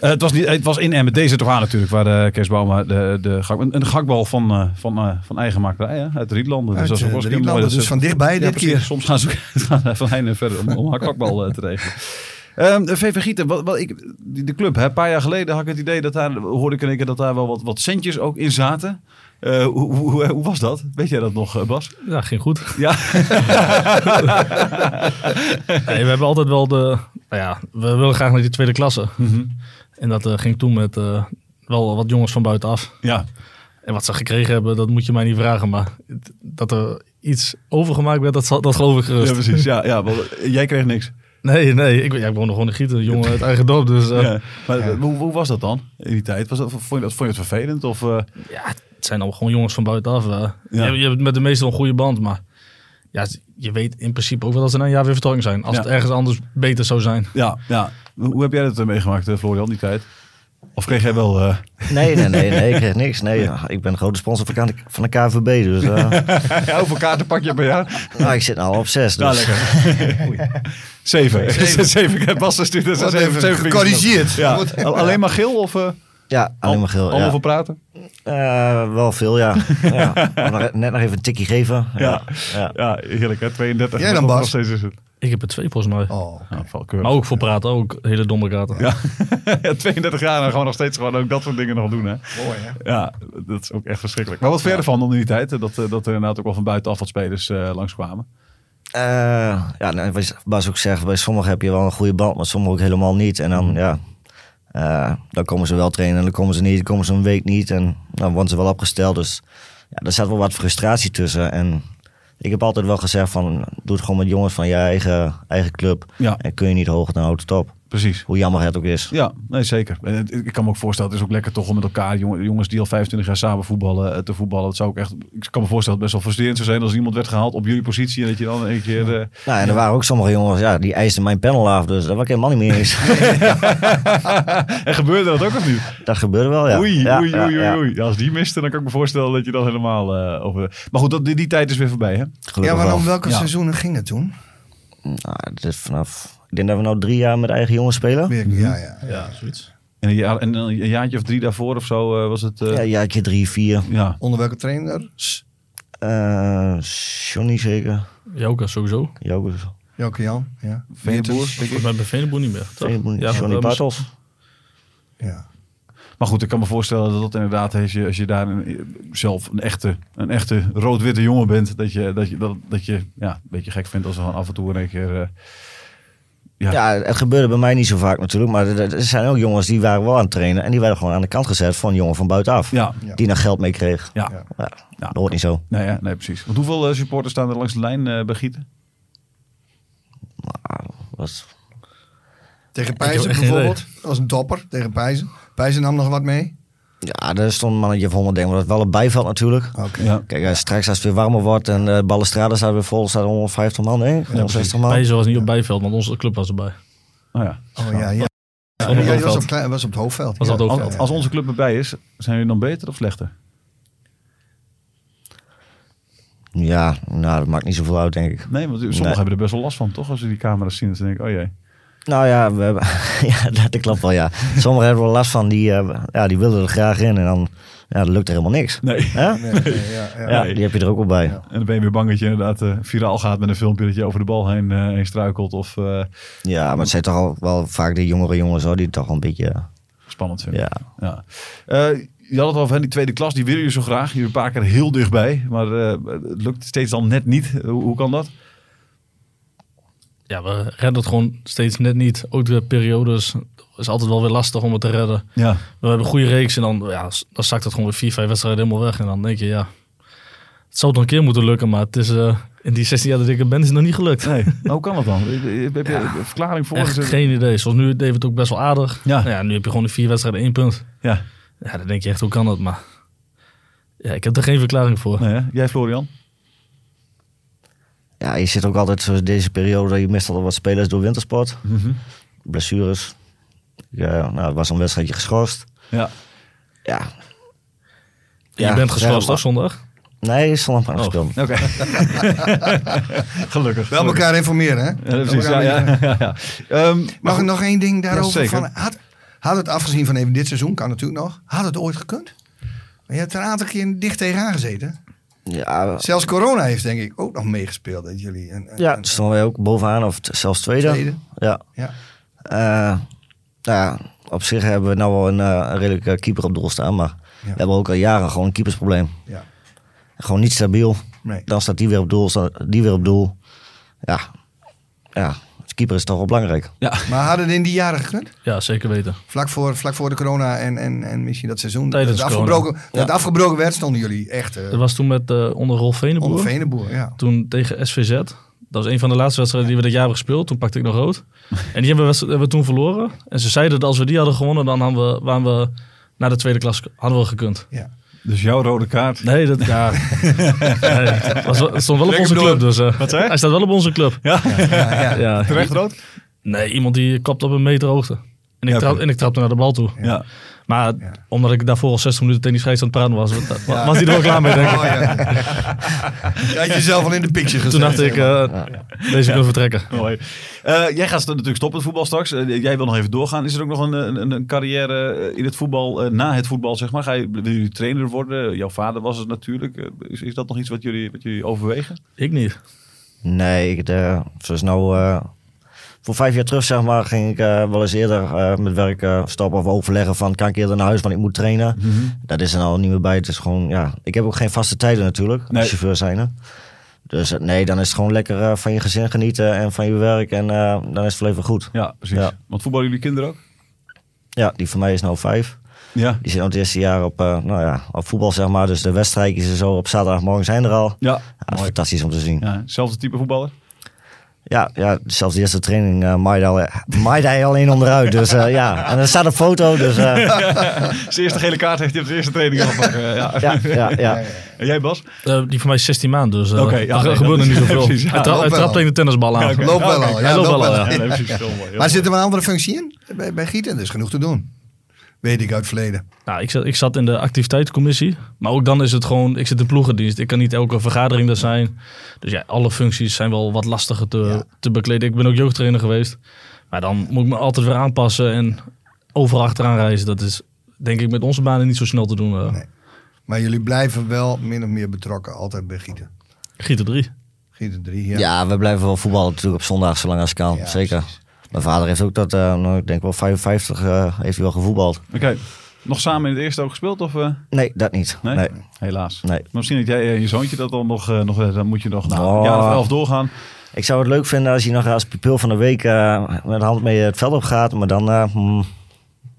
Speaker 2: Eh, het, was niet, het was in Emmen, deze toch aan natuurlijk, waar eh, Kees Bouma de, de gak, een, een gakbal van, eh, van, eh, van eigen maakterij, hè, uit Rietlanden. Dus
Speaker 5: Uit,
Speaker 2: dat is ook
Speaker 5: eh,
Speaker 2: wel eens
Speaker 5: de
Speaker 2: een keer mooi
Speaker 5: Rietlanden,
Speaker 2: dat ze-
Speaker 5: dus van dichtbij
Speaker 2: ja,
Speaker 5: dit
Speaker 2: precies.
Speaker 5: keer.
Speaker 2: Soms gaan ze ook gaan van heen en verder om, om haar kakbal eh, te regelen. Ehm, de VV Gieten, wat, wat ik, die- de club, hè, een paar jaar geleden had ik het idee dat daar, hoorde ik in één keer dat daar wel wat, wat centjes ook in zaten. Eh, hoe, hoe, hoe- hoe was dat? Weet jij dat nog, eh, Bas?
Speaker 3: Ja, ging goed.
Speaker 2: Ja.
Speaker 3: Nee, we hebben altijd wel de... Nou ja, we willen graag naar die tweede klasse.
Speaker 2: Mhm.
Speaker 3: En dat eh, ging toen met eh, wel wat jongens van buitenaf.
Speaker 2: Ja,
Speaker 3: En wat ze gekregen hebben, dat moet je mij niet vragen. Maar het- dat er iets overgemaakt werd, dat, zal- dat geloof ik gerust.
Speaker 2: ja precies. Ja, ja, want jij kreeg niks.
Speaker 3: Nee, nee. Ik, ja, ik woon nog gewoon in Gieten, een jongen uit eigen dorp. Dus eh,
Speaker 2: Ja. Maar Hoe, hoe was dat dan in die tijd? Was dat, vond, je dat, vond je het vervelend? Of, eh,
Speaker 3: ja, het zijn allemaal gewoon jongens van buitenaf. eh. Je,
Speaker 2: Ja.
Speaker 3: hebt- je hebt met de meesten wel een goede band, maar... Ja, je weet in principe ook wel dat ze na een jaar weer vertrokken zijn. Als
Speaker 2: Ja.
Speaker 3: het ergens anders beter zou zijn.
Speaker 2: Ja, ja. Hoe hoe heb jij dat eh, meegemaakt, eh, Florian, die tijd? Of kreeg jij wel... eh,
Speaker 4: Nee, nee, nee, nee, ik kreeg niks. Nee, ja, ik ben een grote sponsor van de- van de KVB, dus eh,
Speaker 2: Ja, hoeveel kaarten pak je per jaar?
Speaker 4: nou, ik zit nou op zes.
Speaker 2: Nou,
Speaker 4: Dus.
Speaker 2: lekker. Zeven. Zeven. Zeven. Bas is natuurlijk- dat
Speaker 5: Wordt
Speaker 2: is zeven.
Speaker 5: even
Speaker 2: zeven vingers.
Speaker 5: gecorrigeerd.
Speaker 2: Ja.
Speaker 5: Wordt-
Speaker 2: Al- Alleen maar geel of... eh,
Speaker 4: Ja, alleen maar geel.
Speaker 2: Allemaal
Speaker 4: Ja.
Speaker 2: voor praten?
Speaker 4: Eh, wel veel, ja. ja. Maar nog- e- Net nog even een tikkie geven. Ja. ja.
Speaker 2: Ja, heerlijk hè. 32.
Speaker 5: Jij dan,
Speaker 2: Nog
Speaker 5: Bas?
Speaker 2: steeds is het. Nou,
Speaker 3: Ik heb er twee volgens mij.
Speaker 5: Oh.
Speaker 2: Ja, valkeur.
Speaker 3: Maar ook voor praten, ook hele domme gaten.
Speaker 2: Ja. Ja, 32 jaar en gewoon nog steeds gewoon ook dat soort dingen nog doen hè.
Speaker 5: Mooi, hè?
Speaker 2: Ja, dat is ook echt verschrikkelijk. Maar wat verder van dan in die tijd? eh, Dat, eh, dat er inderdaad ook wel van buitenaf wat spelers eh, langskwamen.
Speaker 4: Eh, ja, nee, wat Bas ook zegt, bij sommigen heb je wel een goede band, maar sommigen ook helemaal niet. En
Speaker 2: Mhm.
Speaker 4: dan, ja, eh, dan komen ze wel trainen en dan komen ze niet, dan komen ze een week niet en dan worden ze wel opgesteld. Dus ja, daar zat wel wat frustratie tussen. En ik heb altijd wel gezegd van, doe het gewoon met jongens van je eigen, eigen club.
Speaker 2: Ja.
Speaker 4: En kun je niet hoger dan houd het op.
Speaker 2: precies.
Speaker 4: Hoe jammer het ook is.
Speaker 2: Ja, nee, zeker. En het- Ik kan me ook voorstellen, het is ook lekker toch om met elkaar, jongen- jongens die al 25 jaar samen voetballen, eh, te voetballen. Het zou ook echt, ik kan me voorstellen, dat het best wel frustrerend zou zijn als iemand werd gehaald op jullie positie en dat je dan een keer... eh,
Speaker 4: Nou, en er waren ook sommige jongens, ja, die eisten mijn panel af. Dus daar was ik helemaal niet mee eens.
Speaker 2: eh, en gebeurde dat ook of niet?
Speaker 4: dat gebeurde wel, ja.
Speaker 2: oei,
Speaker 4: Ja,
Speaker 2: oei,
Speaker 4: ja,
Speaker 2: oei, oei,
Speaker 4: ja.
Speaker 2: oei. Als die miste, dan kan ik me voorstellen dat je dan helemaal eh, over... Maar goed, dat, die, die tijd is weer voorbij, hè?
Speaker 5: Ja,
Speaker 4: Gelukkig
Speaker 5: maar
Speaker 4: wel.
Speaker 5: om welke
Speaker 2: Ja.
Speaker 5: seizoenen ging het toen?
Speaker 4: Nou, het is vanaf... Ik denk dat we nou drie jaar met eigen jongens spelen.
Speaker 5: Weer- Ja, ja.
Speaker 3: Ja, zoiets.
Speaker 2: En een, jaar, en een jaartje of drie daarvoor of zo eh, was het... eh,
Speaker 4: Ja,
Speaker 2: ja.
Speaker 4: ja, keer drie, vier.
Speaker 5: Onder welke trainer? S-
Speaker 4: Eh, Johnny zeker.
Speaker 3: Joka sowieso.
Speaker 4: Joke.
Speaker 5: Joke Jan. Ja.
Speaker 2: Veerboer, denk ik.
Speaker 3: Volgens mij bij Veneboer niet meer. toch? Ja,
Speaker 4: Johnny
Speaker 3: dat-
Speaker 4: Bartels.
Speaker 5: Ja.
Speaker 2: Maar goed, ik kan me voorstellen dat dat inderdaad, als je, als je daar een, zelf een echte, een echte rood-witte jongen bent, dat je, dat je, dat, dat je ja, een beetje gek vindt als er gewoon af en toe een keer... eh, Ja.
Speaker 4: Ja, het gebeurde bij mij niet zo vaak natuurlijk. Maar er er zijn ook jongens die waren wel aan het trainen. En die werden gewoon aan de kant gezet van een jongen van buitenaf.
Speaker 2: ja,
Speaker 5: Ja.
Speaker 4: Die nog geld mee kreeg.
Speaker 2: ja,
Speaker 5: Ja.
Speaker 4: Ja,
Speaker 2: Ja.
Speaker 4: Dat hoort niet zo.
Speaker 2: Nee, ja, nee, precies. Want hoeveel eh, supporters staan er langs de lijn eh, bij Gieten?
Speaker 4: Nou, was...
Speaker 5: Tegen
Speaker 3: Ik
Speaker 5: Pijzen
Speaker 3: heb echt geen
Speaker 5: bijvoorbeeld. Dat was een topper tegen Pijzen. Pijzen nam nog wat mee.
Speaker 4: Ja, daar stond een mannetje van denk maar dat het wel een bijveld natuurlijk.
Speaker 5: Oké.
Speaker 2: Ja.
Speaker 4: Kijk, eh, straks als het weer warmer wordt en de balustrade staat weer vol, staat 150 man, hè? 160 man.
Speaker 3: Bijzer was niet op bijveld, want onze club was erbij.
Speaker 2: Nou ja.
Speaker 5: Oh ja, ja.
Speaker 3: Van op
Speaker 5: Ja, die was, op,
Speaker 3: bijveld.
Speaker 5: klein- was op het hoofdveld.
Speaker 3: Was
Speaker 5: ja.
Speaker 3: op het hoofdveld.
Speaker 2: Als, als onze club erbij is, zijn jullie dan beter of slechter?
Speaker 4: Ja, nou, dat maakt niet zoveel uit, denk ik.
Speaker 2: Nee, want sommigen
Speaker 4: Nee.
Speaker 2: hebben er best wel last van, toch? Als ze die camera's zien, dan denk ik, oh jee.
Speaker 4: Nou ja, we hebben, ja dat, dat klopt wel, ja. Sommigen hebben er last van, die, eh, ja, die willen er graag in en dan ja, dat lukt er helemaal niks.
Speaker 2: Nee.
Speaker 4: Hè?
Speaker 5: Nee, nee, ja, ja.
Speaker 4: Ja, die heb je er ook wel bij.
Speaker 2: En dan ben je weer bang dat je inderdaad eh, viraal gaat met een filmpje dat je over de bal heen, eh, heen struikelt of eh,
Speaker 4: Ja, maar het zijn toch al wel vaak de jongere jongens hoor, die het toch wel een beetje.
Speaker 2: spannend vindt.
Speaker 4: Ja.
Speaker 2: Ja. Eh, je had het al van die tweede klas, die willen jullie zo graag. Jullie een paar keer heel dichtbij, maar eh, het lukt steeds dan net niet. Hoe, hoe kan dat?
Speaker 3: Ja, we redden het gewoon steeds net niet. Ook de periodes is altijd wel weer lastig om het te redden.
Speaker 2: Ja,
Speaker 3: We hebben een goede reeks en dan, ja, s- dan zakt het gewoon weer vier, vijf wedstrijden helemaal weg. En dan denk je, ja, het zou toch een keer moeten lukken. Maar het is, eh, in die 16 jaar dat ik er ben, is het nog niet gelukt.
Speaker 2: nee. Maar hoe kan dat dan? Heb je heb je een verklaring voor?
Speaker 3: Echt
Speaker 2: Is het-
Speaker 3: geen idee. Zoals nu deed het ook best wel aardig.
Speaker 2: Ja.
Speaker 3: Nou ja, nu heb je gewoon in vier wedstrijden één punt.
Speaker 2: Ja.
Speaker 3: Ja, dan denk je echt, hoe kan dat? Maar ja, ik heb er geen verklaring voor.
Speaker 2: Nee, hè? Jij, Florian?
Speaker 4: Ja, je zit ook altijd zoals deze periode, je mist al wat spelers door wintersport, blessures. Ja, nou, het was een wedstrijdje geschorst.
Speaker 2: Ja.
Speaker 4: Ja.
Speaker 3: je bent geschorst,
Speaker 4: ja,
Speaker 3: toch, zondag?
Speaker 4: Nee, zondag maar
Speaker 3: Oh.
Speaker 4: gespeeld.
Speaker 2: Oké. Gelukkig.
Speaker 5: Wel
Speaker 2: Gelukkig.
Speaker 5: elkaar informeren, hè?
Speaker 2: Ja, precies. Ja,
Speaker 5: Elkaar
Speaker 2: ja, ja, ja. Ehm,
Speaker 5: Mag ik nog één ding daarover?
Speaker 2: Ja, zeker.
Speaker 5: van, had, had het afgezien van even dit seizoen, kan natuurlijk nog. Had het ooit gekund? Maar je hebt er een aantal keer dicht tegenaan gezeten.
Speaker 4: Ja,
Speaker 5: Zelfs corona heeft denk ik ook nog meegespeeld. Dat jullie een, een-
Speaker 4: ja,
Speaker 5: een-
Speaker 4: toen stonden wij ook bovenaan of t- zelfs tweede.
Speaker 5: Tweede.
Speaker 4: Ja.
Speaker 5: ja.
Speaker 4: Eh, nou ja, op zich hebben we nou wel een, eh, een redelijke keeper op doel staan, maar we hebben ook al jaren gewoon een keepersprobleem.
Speaker 5: ja.
Speaker 4: Gewoon niet stabiel.
Speaker 5: Nee.
Speaker 4: Dan staat die weer op doel, staat die weer op doel. Ja, ja. Als keeper is toch wel belangrijk.
Speaker 5: Maar hadden het in die jaren gekund?
Speaker 3: Ja, zeker weten.
Speaker 5: Vlak voor, vlak voor de corona en, en, en misschien dat seizoen.
Speaker 3: Tijdens
Speaker 5: dat het
Speaker 3: corona.
Speaker 5: afgebroken, dat het afgebroken werd, stonden jullie echt eh
Speaker 3: Dat was toen met eh, onder Rolf
Speaker 5: onder
Speaker 3: Veneboer.
Speaker 5: Veneboer. Ja.
Speaker 3: Toen tegen SVZ. Dat was een van de laatste wedstrijden die we dat jaar hebben gespeeld. Toen pakte ik nog rood. En die hebben we, wedst- hebben we toen verloren. En ze zeiden dat als we die hadden gewonnen, dan hadden we, waren we naar de tweede klas hadden we gekund.
Speaker 5: Ja.
Speaker 2: dus jouw rode kaart.
Speaker 3: Nee, dat ja. nee, het, was, wel- het stond wel op
Speaker 2: Lekker
Speaker 3: onze
Speaker 2: bedoeld.
Speaker 3: club. Dus, eh,
Speaker 2: Wat zei je?
Speaker 3: Hij staat wel op onze club.
Speaker 5: Ja, ja.
Speaker 3: Ja.
Speaker 2: Terecht rood?
Speaker 3: Nee, iemand die klopt op een meter hoogte. En ik,
Speaker 2: Ja,
Speaker 3: trap,
Speaker 2: oké.
Speaker 3: en ik trapte naar de bal toe.
Speaker 2: Ja.
Speaker 3: Maar
Speaker 5: Ja.
Speaker 3: omdat ik daarvoor al 60 minuten tegen die scheids aan het praten was, was,
Speaker 5: Ja.
Speaker 3: was hij er wel klaar mee, denk ik.
Speaker 5: Oh, ja. Je had jezelf al in de picture gezet.
Speaker 3: Toen dacht ik, eh, deze kunnen vertrekken.
Speaker 2: Mooi. Eh, jij gaat natuurlijk stoppen met voetbal straks. Eh, jij wil nog even doorgaan. Is er ook nog een, een, een carrière eh, in het voetbal, eh, na het voetbal zeg maar? Ga je, wil je trainer worden? Jouw vader was het natuurlijk. Eh, Is, is dat nog iets wat jullie, wat jullie overwegen?
Speaker 3: Ik niet.
Speaker 4: Nee, ik, eh, zoals nou... eh, voor vijf jaar terug, zeg maar, ging ik eh, wel eens eerder eh, met werk eh, stoppen of overleggen van... kan ik eerder naar huis, want ik moet trainen.
Speaker 2: Mhm.
Speaker 4: Dat is er nou niet meer bij. Het is gewoon, ja... Ik heb ook geen vaste tijden natuurlijk,
Speaker 2: Nee.
Speaker 4: als chauffeur zijnde. Dus eh, nee, dan is het gewoon lekker eh, van je gezin genieten en van je werk. En eh, dan is het wel even goed.
Speaker 2: Ja, precies.
Speaker 4: Ja.
Speaker 2: Want voetballen jullie kinderen ook?
Speaker 4: Ja, die van mij is nou vijf.
Speaker 2: Ja.
Speaker 4: Die zit al het eerste jaar op, eh, nou ja, op voetbal, zeg maar. Dus de wedstrijdjes en zo op zaterdagmorgen zijn er al. Ja,
Speaker 2: Ja.
Speaker 4: dat is fantastisch om te zien.
Speaker 2: ja. Hetzelfde type voetballer?
Speaker 4: Ja, ja, zelfs de eerste training eh maaide, al, maaide hij alleen onderuit. Dus eh, ja, en er staat een foto. Dus eh,
Speaker 2: Zijn eerste gele kaart heeft hij op zijn eerste training afpakken. ja.
Speaker 4: ja, ja, ja.
Speaker 2: En jij Bas?
Speaker 3: Eh, die van mij is 16 maanden, dus eh
Speaker 2: Oké, ja,
Speaker 3: daar
Speaker 2: nee,
Speaker 3: gebeurt
Speaker 2: dat
Speaker 3: er niet
Speaker 2: is-
Speaker 3: zoveel.
Speaker 2: precies, ja.
Speaker 3: hij tra-
Speaker 5: Loopt
Speaker 3: hij
Speaker 5: wel.
Speaker 3: trapt tegen de tennisbal aan.
Speaker 2: oké.
Speaker 5: Loopt wel
Speaker 2: Ja,
Speaker 5: al.
Speaker 2: oké.
Speaker 5: Ja,
Speaker 3: Hij loopt
Speaker 5: loopt
Speaker 3: wel
Speaker 5: wel.
Speaker 3: al, ja.
Speaker 2: Ja, nee, precies. Heel
Speaker 3: eh,
Speaker 2: mooi, heel
Speaker 5: Maar
Speaker 2: mooi.
Speaker 5: zit er maar een andere functie in? Bij, bij Gieten, er is genoeg te doen. Weet ik uit het verleden.
Speaker 3: Nou, ik, zat, ik zat in de activiteitencommissie. Maar ook dan is het gewoon, ik zit in ploegendienst. Ik kan niet elke vergadering er zijn. Dus ja, alle functies zijn wel wat lastiger te, te bekleden. Ik ben ook jeugdtrainer geweest. Maar dan moet ik me altijd weer aanpassen en overal achteraan reizen. Dat is denk ik met onze banen niet zo snel te doen. eh.
Speaker 5: Nee. Maar jullie blijven wel min of meer betrokken, altijd bij Gieten.
Speaker 3: Gieten 3.
Speaker 5: Gieten 3, ja.
Speaker 4: ja, we blijven wel voetballen natuurlijk op zondag, zolang als kan.
Speaker 5: Ja,
Speaker 4: Zeker. Mijn vader heeft ook dat, eh, nou, ik denk wel 55, eh, heeft hij wel gevoetbald.
Speaker 2: Oké. Nog samen in het eerste ook gespeeld? Of, eh?
Speaker 4: Nee, dat niet.
Speaker 2: nee?
Speaker 4: Nee.
Speaker 2: Helaas.
Speaker 4: Nee.
Speaker 2: Maar misschien dat jij en je zoontje dat dan nog, eh, nog eh, dan moet je nog nou, een
Speaker 4: Oh.
Speaker 2: jaar of elf doorgaan.
Speaker 4: Ik zou het leuk vinden als hij nog als pupil van de week eh, met de hand mee het veld op gaat. Maar dan, eh, hmm,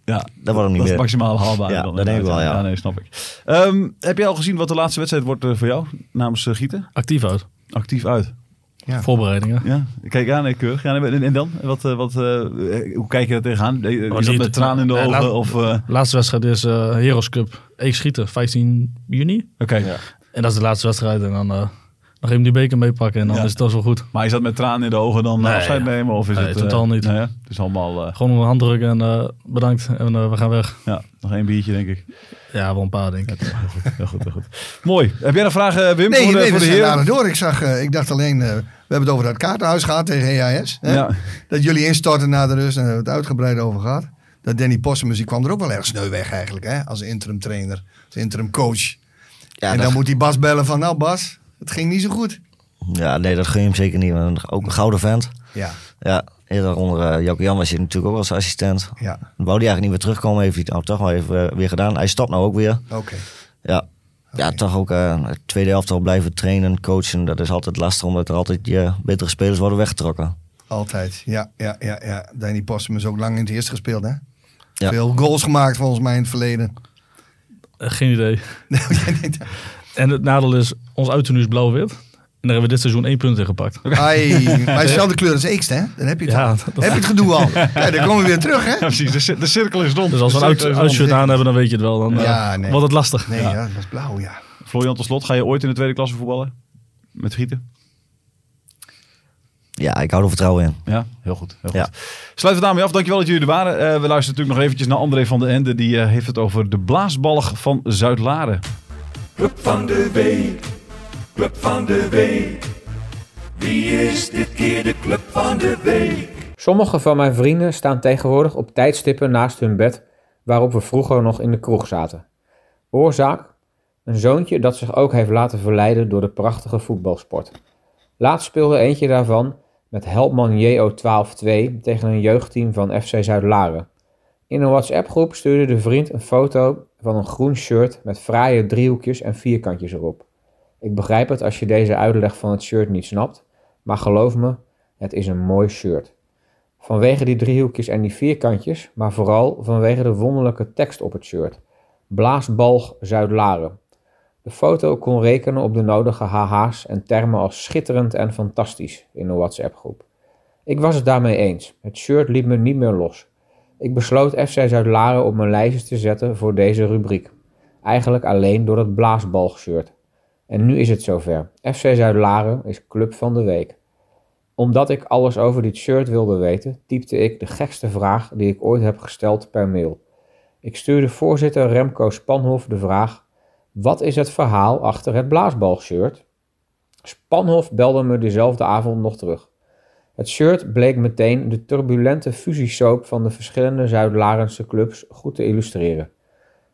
Speaker 2: Ja,
Speaker 4: dat wordt hem
Speaker 2: dat
Speaker 4: niet
Speaker 2: is
Speaker 4: meer.
Speaker 2: maximaal haalbaar.
Speaker 4: Ja,
Speaker 2: dan,
Speaker 4: dat denk ik wel, ja.
Speaker 2: nee, snap ik. Ehm, heb jij al gezien wat de laatste wedstrijd wordt eh, voor jou namens eh, Gieten?
Speaker 3: Actief uit.
Speaker 2: Actief uit.
Speaker 3: Voorbereidingen.
Speaker 2: Ja, kijk aan, nee, keurig. Ja, nee, en, en dan? Wat, eh, wat, eh, hoe kijk je daar tegenaan? Eh, Is dat
Speaker 3: Oh, niet-
Speaker 2: met tranen in de
Speaker 3: Nee,
Speaker 2: ogen?
Speaker 3: laat-
Speaker 2: of, eh, Oké.
Speaker 3: Laatste wedstrijd is eh Heroes Cup. Eek Schieten, 15 juni. En dat is de laatste wedstrijd. En dan eh, nog even die beker meepakken en dan
Speaker 2: Ja.
Speaker 3: is het wel zo goed.
Speaker 2: Maar is dat met tranen in de ogen dan eh,
Speaker 3: Nee.
Speaker 2: afscheid nemen? Of is
Speaker 3: Nee,
Speaker 2: het,
Speaker 3: totaal
Speaker 2: eh,
Speaker 3: niet.
Speaker 2: nou ja, het is allemaal eh,
Speaker 3: Gewoon om een hand drukken en eh, bedankt. En eh, we gaan weg.
Speaker 2: ja, nog één biertje, denk ik.
Speaker 3: Ja, wel een paar denk ik.
Speaker 2: Heel goed, heel goed, heel goed. Mooi. Heb jij nog vragen, eh, Wim?
Speaker 5: Nee,
Speaker 2: voor de,
Speaker 5: nee,
Speaker 2: voor
Speaker 5: we
Speaker 2: de
Speaker 5: zijn
Speaker 2: heren?
Speaker 5: daar door. Ik, zag, eh, ik dacht alleen, eh, we hebben het over dat kaartenhuis gehad tegen EAS. Hè?
Speaker 2: Ja.
Speaker 5: Dat jullie instorten na de rust en daar hebben we het uitgebreid over gehad. Dat Danny Possemus, die kwam er ook wel erg sneu weg eigenlijk. Hè? Als interim trainer, als interim coach.
Speaker 4: Ja,
Speaker 5: en
Speaker 4: dat-
Speaker 5: dan moet die Bas bellen van, nou Bas, het ging niet zo goed.
Speaker 4: Ja, nee, dat gun je hem zeker niet. want Ook een gouden vent.
Speaker 5: Ja,
Speaker 4: Ja, eerder onder eh Joke Jan was hij natuurlijk ook als assistent.
Speaker 5: ja,
Speaker 4: Dan wou hij eigenlijk niet meer terugkomen, heeft hij het nou toch wel even eh, weer gedaan. Hij stopt nou ook weer.
Speaker 5: oké.
Speaker 4: Ja, ja toch ook eh tweede helft al blijven trainen, coachen. Dat is altijd lastig, omdat er altijd je betere spelers worden weggetrokken.
Speaker 5: Altijd, ja, ja, ja, ja. Danny Possum is ook lang in het eerst gespeeld, hè?
Speaker 4: Ja.
Speaker 5: Veel goals gemaakt volgens mij in het verleden.
Speaker 3: Eh, geen idee. En het nadeel is, ons uittenu is blauw-wit. En daar hebben we dit seizoen één punt in gepakt.
Speaker 5: Ai, maar het is wel de kleur als X, hè? Dan heb je het,
Speaker 3: Ja,
Speaker 5: al.
Speaker 3: dat-
Speaker 5: heb je het gedoe al. Ja, dan komen we weer terug, hè?
Speaker 2: Ja, precies. De, cir- de cirkel is rond.
Speaker 3: Dus als we
Speaker 2: De
Speaker 3: een
Speaker 2: cirkel
Speaker 3: uit,
Speaker 2: is rond.
Speaker 3: uitshirt aan hebben, dan weet je het wel. Dan eh,
Speaker 5: Ja, nee.
Speaker 3: wordt het lastig.
Speaker 5: Nee,
Speaker 3: Ja.
Speaker 5: ja. dat was blauw, ja.
Speaker 2: Florian, tot slot. Ga je ooit in de tweede klasse voetballen? Met Gieten?
Speaker 4: Ja, ik hou er vertrouwen in.
Speaker 2: Ja, heel goed. Heel goed.
Speaker 4: Ja.
Speaker 2: Sluiten we daarmee af. Dankjewel dat jullie er waren. Eh, we luisteren natuurlijk nog eventjes naar André van den Ende. Die eh, heeft het over de blaasballig van Zuid-Laren.
Speaker 6: Club van de week, club van de week. Wie is dit keer de club van de week?
Speaker 9: Sommige van mijn vrienden staan tegenwoordig op tijdstippen naast hun bed waarop we vroeger nog in de kroeg zaten. Oorzaak? Een zoontje dat zich ook heeft laten verleiden door de prachtige voetbalsport. Laatst speelde eentje daarvan met Helpman JO 12-2 tegen een jeugdteam van FC Zuid-Laren. In een WhatsApp-groep stuurde de vriend een foto van een groen shirt met fraaie driehoekjes en vierkantjes erop. Ik begrijp het als je deze uitleg van het shirt niet snapt, maar geloof me, het is een mooi shirt. Vanwege die driehoekjes en die vierkantjes, maar vooral vanwege de wonderlijke tekst op het shirt. Blaasbalg Zuid-Laren. De foto kon rekenen op de nodige haha's en termen als schitterend en fantastisch in een WhatsApp-groep. Ik was het daarmee eens. Het shirt liet me niet meer los. Ik besloot FC Zuid-Laren op mijn lijstje te zetten voor deze rubriek. Eigenlijk alleen door het blaasbalg-shirt. En nu is het zover. FC Zuid-Laren is club van de week. Omdat ik alles over dit shirt wilde weten, typte ik de gekste vraag die ik ooit heb gesteld per mail. Ik stuurde voorzitter Remco Spanhof de vraag: Wat is het verhaal achter het blaasbalshirt? Spanhof belde me dezelfde avond nog terug. Het shirt bleek meteen de turbulente fusiesoop van de verschillende Zuid-Larense clubs goed te illustreren.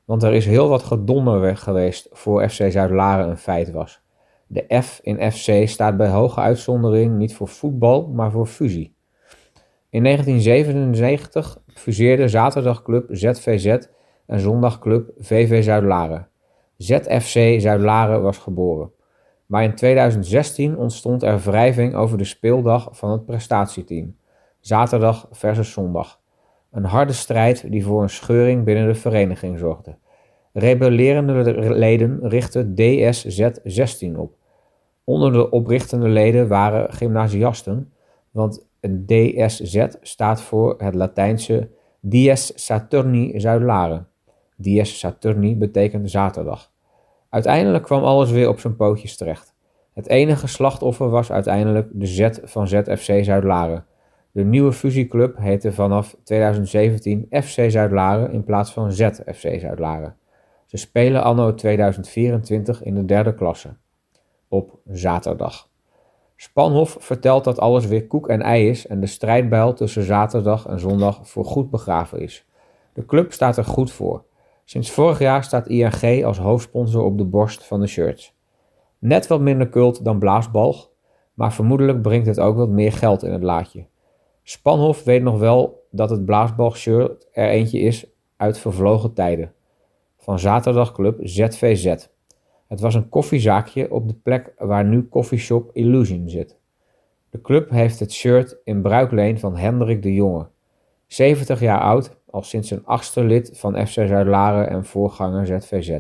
Speaker 9: Want er is heel wat gedonder weg geweest voor FC Zuid-Laren een feit was. De F in FC staat bij hoge uitzondering niet voor voetbal, maar voor fusie. In 1997 fuseerde zaterdagclub ZVZ en zondagclub VV Zuid-Laren. ZFC Zuid-Laren was geboren. Maar in 2016 ontstond er wrijving over de speeldag van het prestatieteam. Zaterdag versus zondag. Een harde strijd die voor een scheuring binnen de vereniging zorgde. Rebellerende leden richtten DSZ-16 op. Onder de oprichtende leden waren gymnasiasten, want het DSZ staat voor het Latijnse Dies Saturni Zuidlare. Dies Saturni betekent zaterdag. Uiteindelijk kwam alles weer op zijn pootjes terecht. Het enige slachtoffer was uiteindelijk de Z van ZFC Zuidlaren. De nieuwe fusieclub heette vanaf 2017 FC Zuidlaren in plaats van ZFC Zuidlaren. Ze spelen anno 2024 in de derde klasse. Op zaterdag. Spanhof vertelt dat alles weer koek en ei is en de strijdbijl tussen zaterdag en zondag voor goed begraven is. De club staat er goed voor. Sinds vorig jaar staat ING als hoofdsponsor op de borst van de shirts. Net wat minder cult dan Blaasbalg, maar vermoedelijk brengt het ook wat meer geld in het laadje. Spanhof weet nog wel dat het Blaasbalg-shirt er eentje is uit vervlogen tijden. Van zaterdagclub ZVZ. Het was een koffiezaakje op de plek waar nu koffieshop Illusion zit. De club heeft het shirt in bruikleen van Hendrik de Jonge. 70 jaar oud, al sinds zijn achtste lid van FC Zuidlaren en voorganger ZVZ.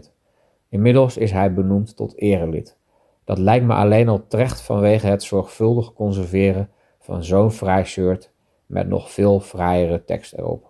Speaker 9: Inmiddels is hij benoemd tot erelid. Dat lijkt me alleen al terecht vanwege het zorgvuldig conserveren van zo'n fraai shirt met nog veel fraaiere tekst erop.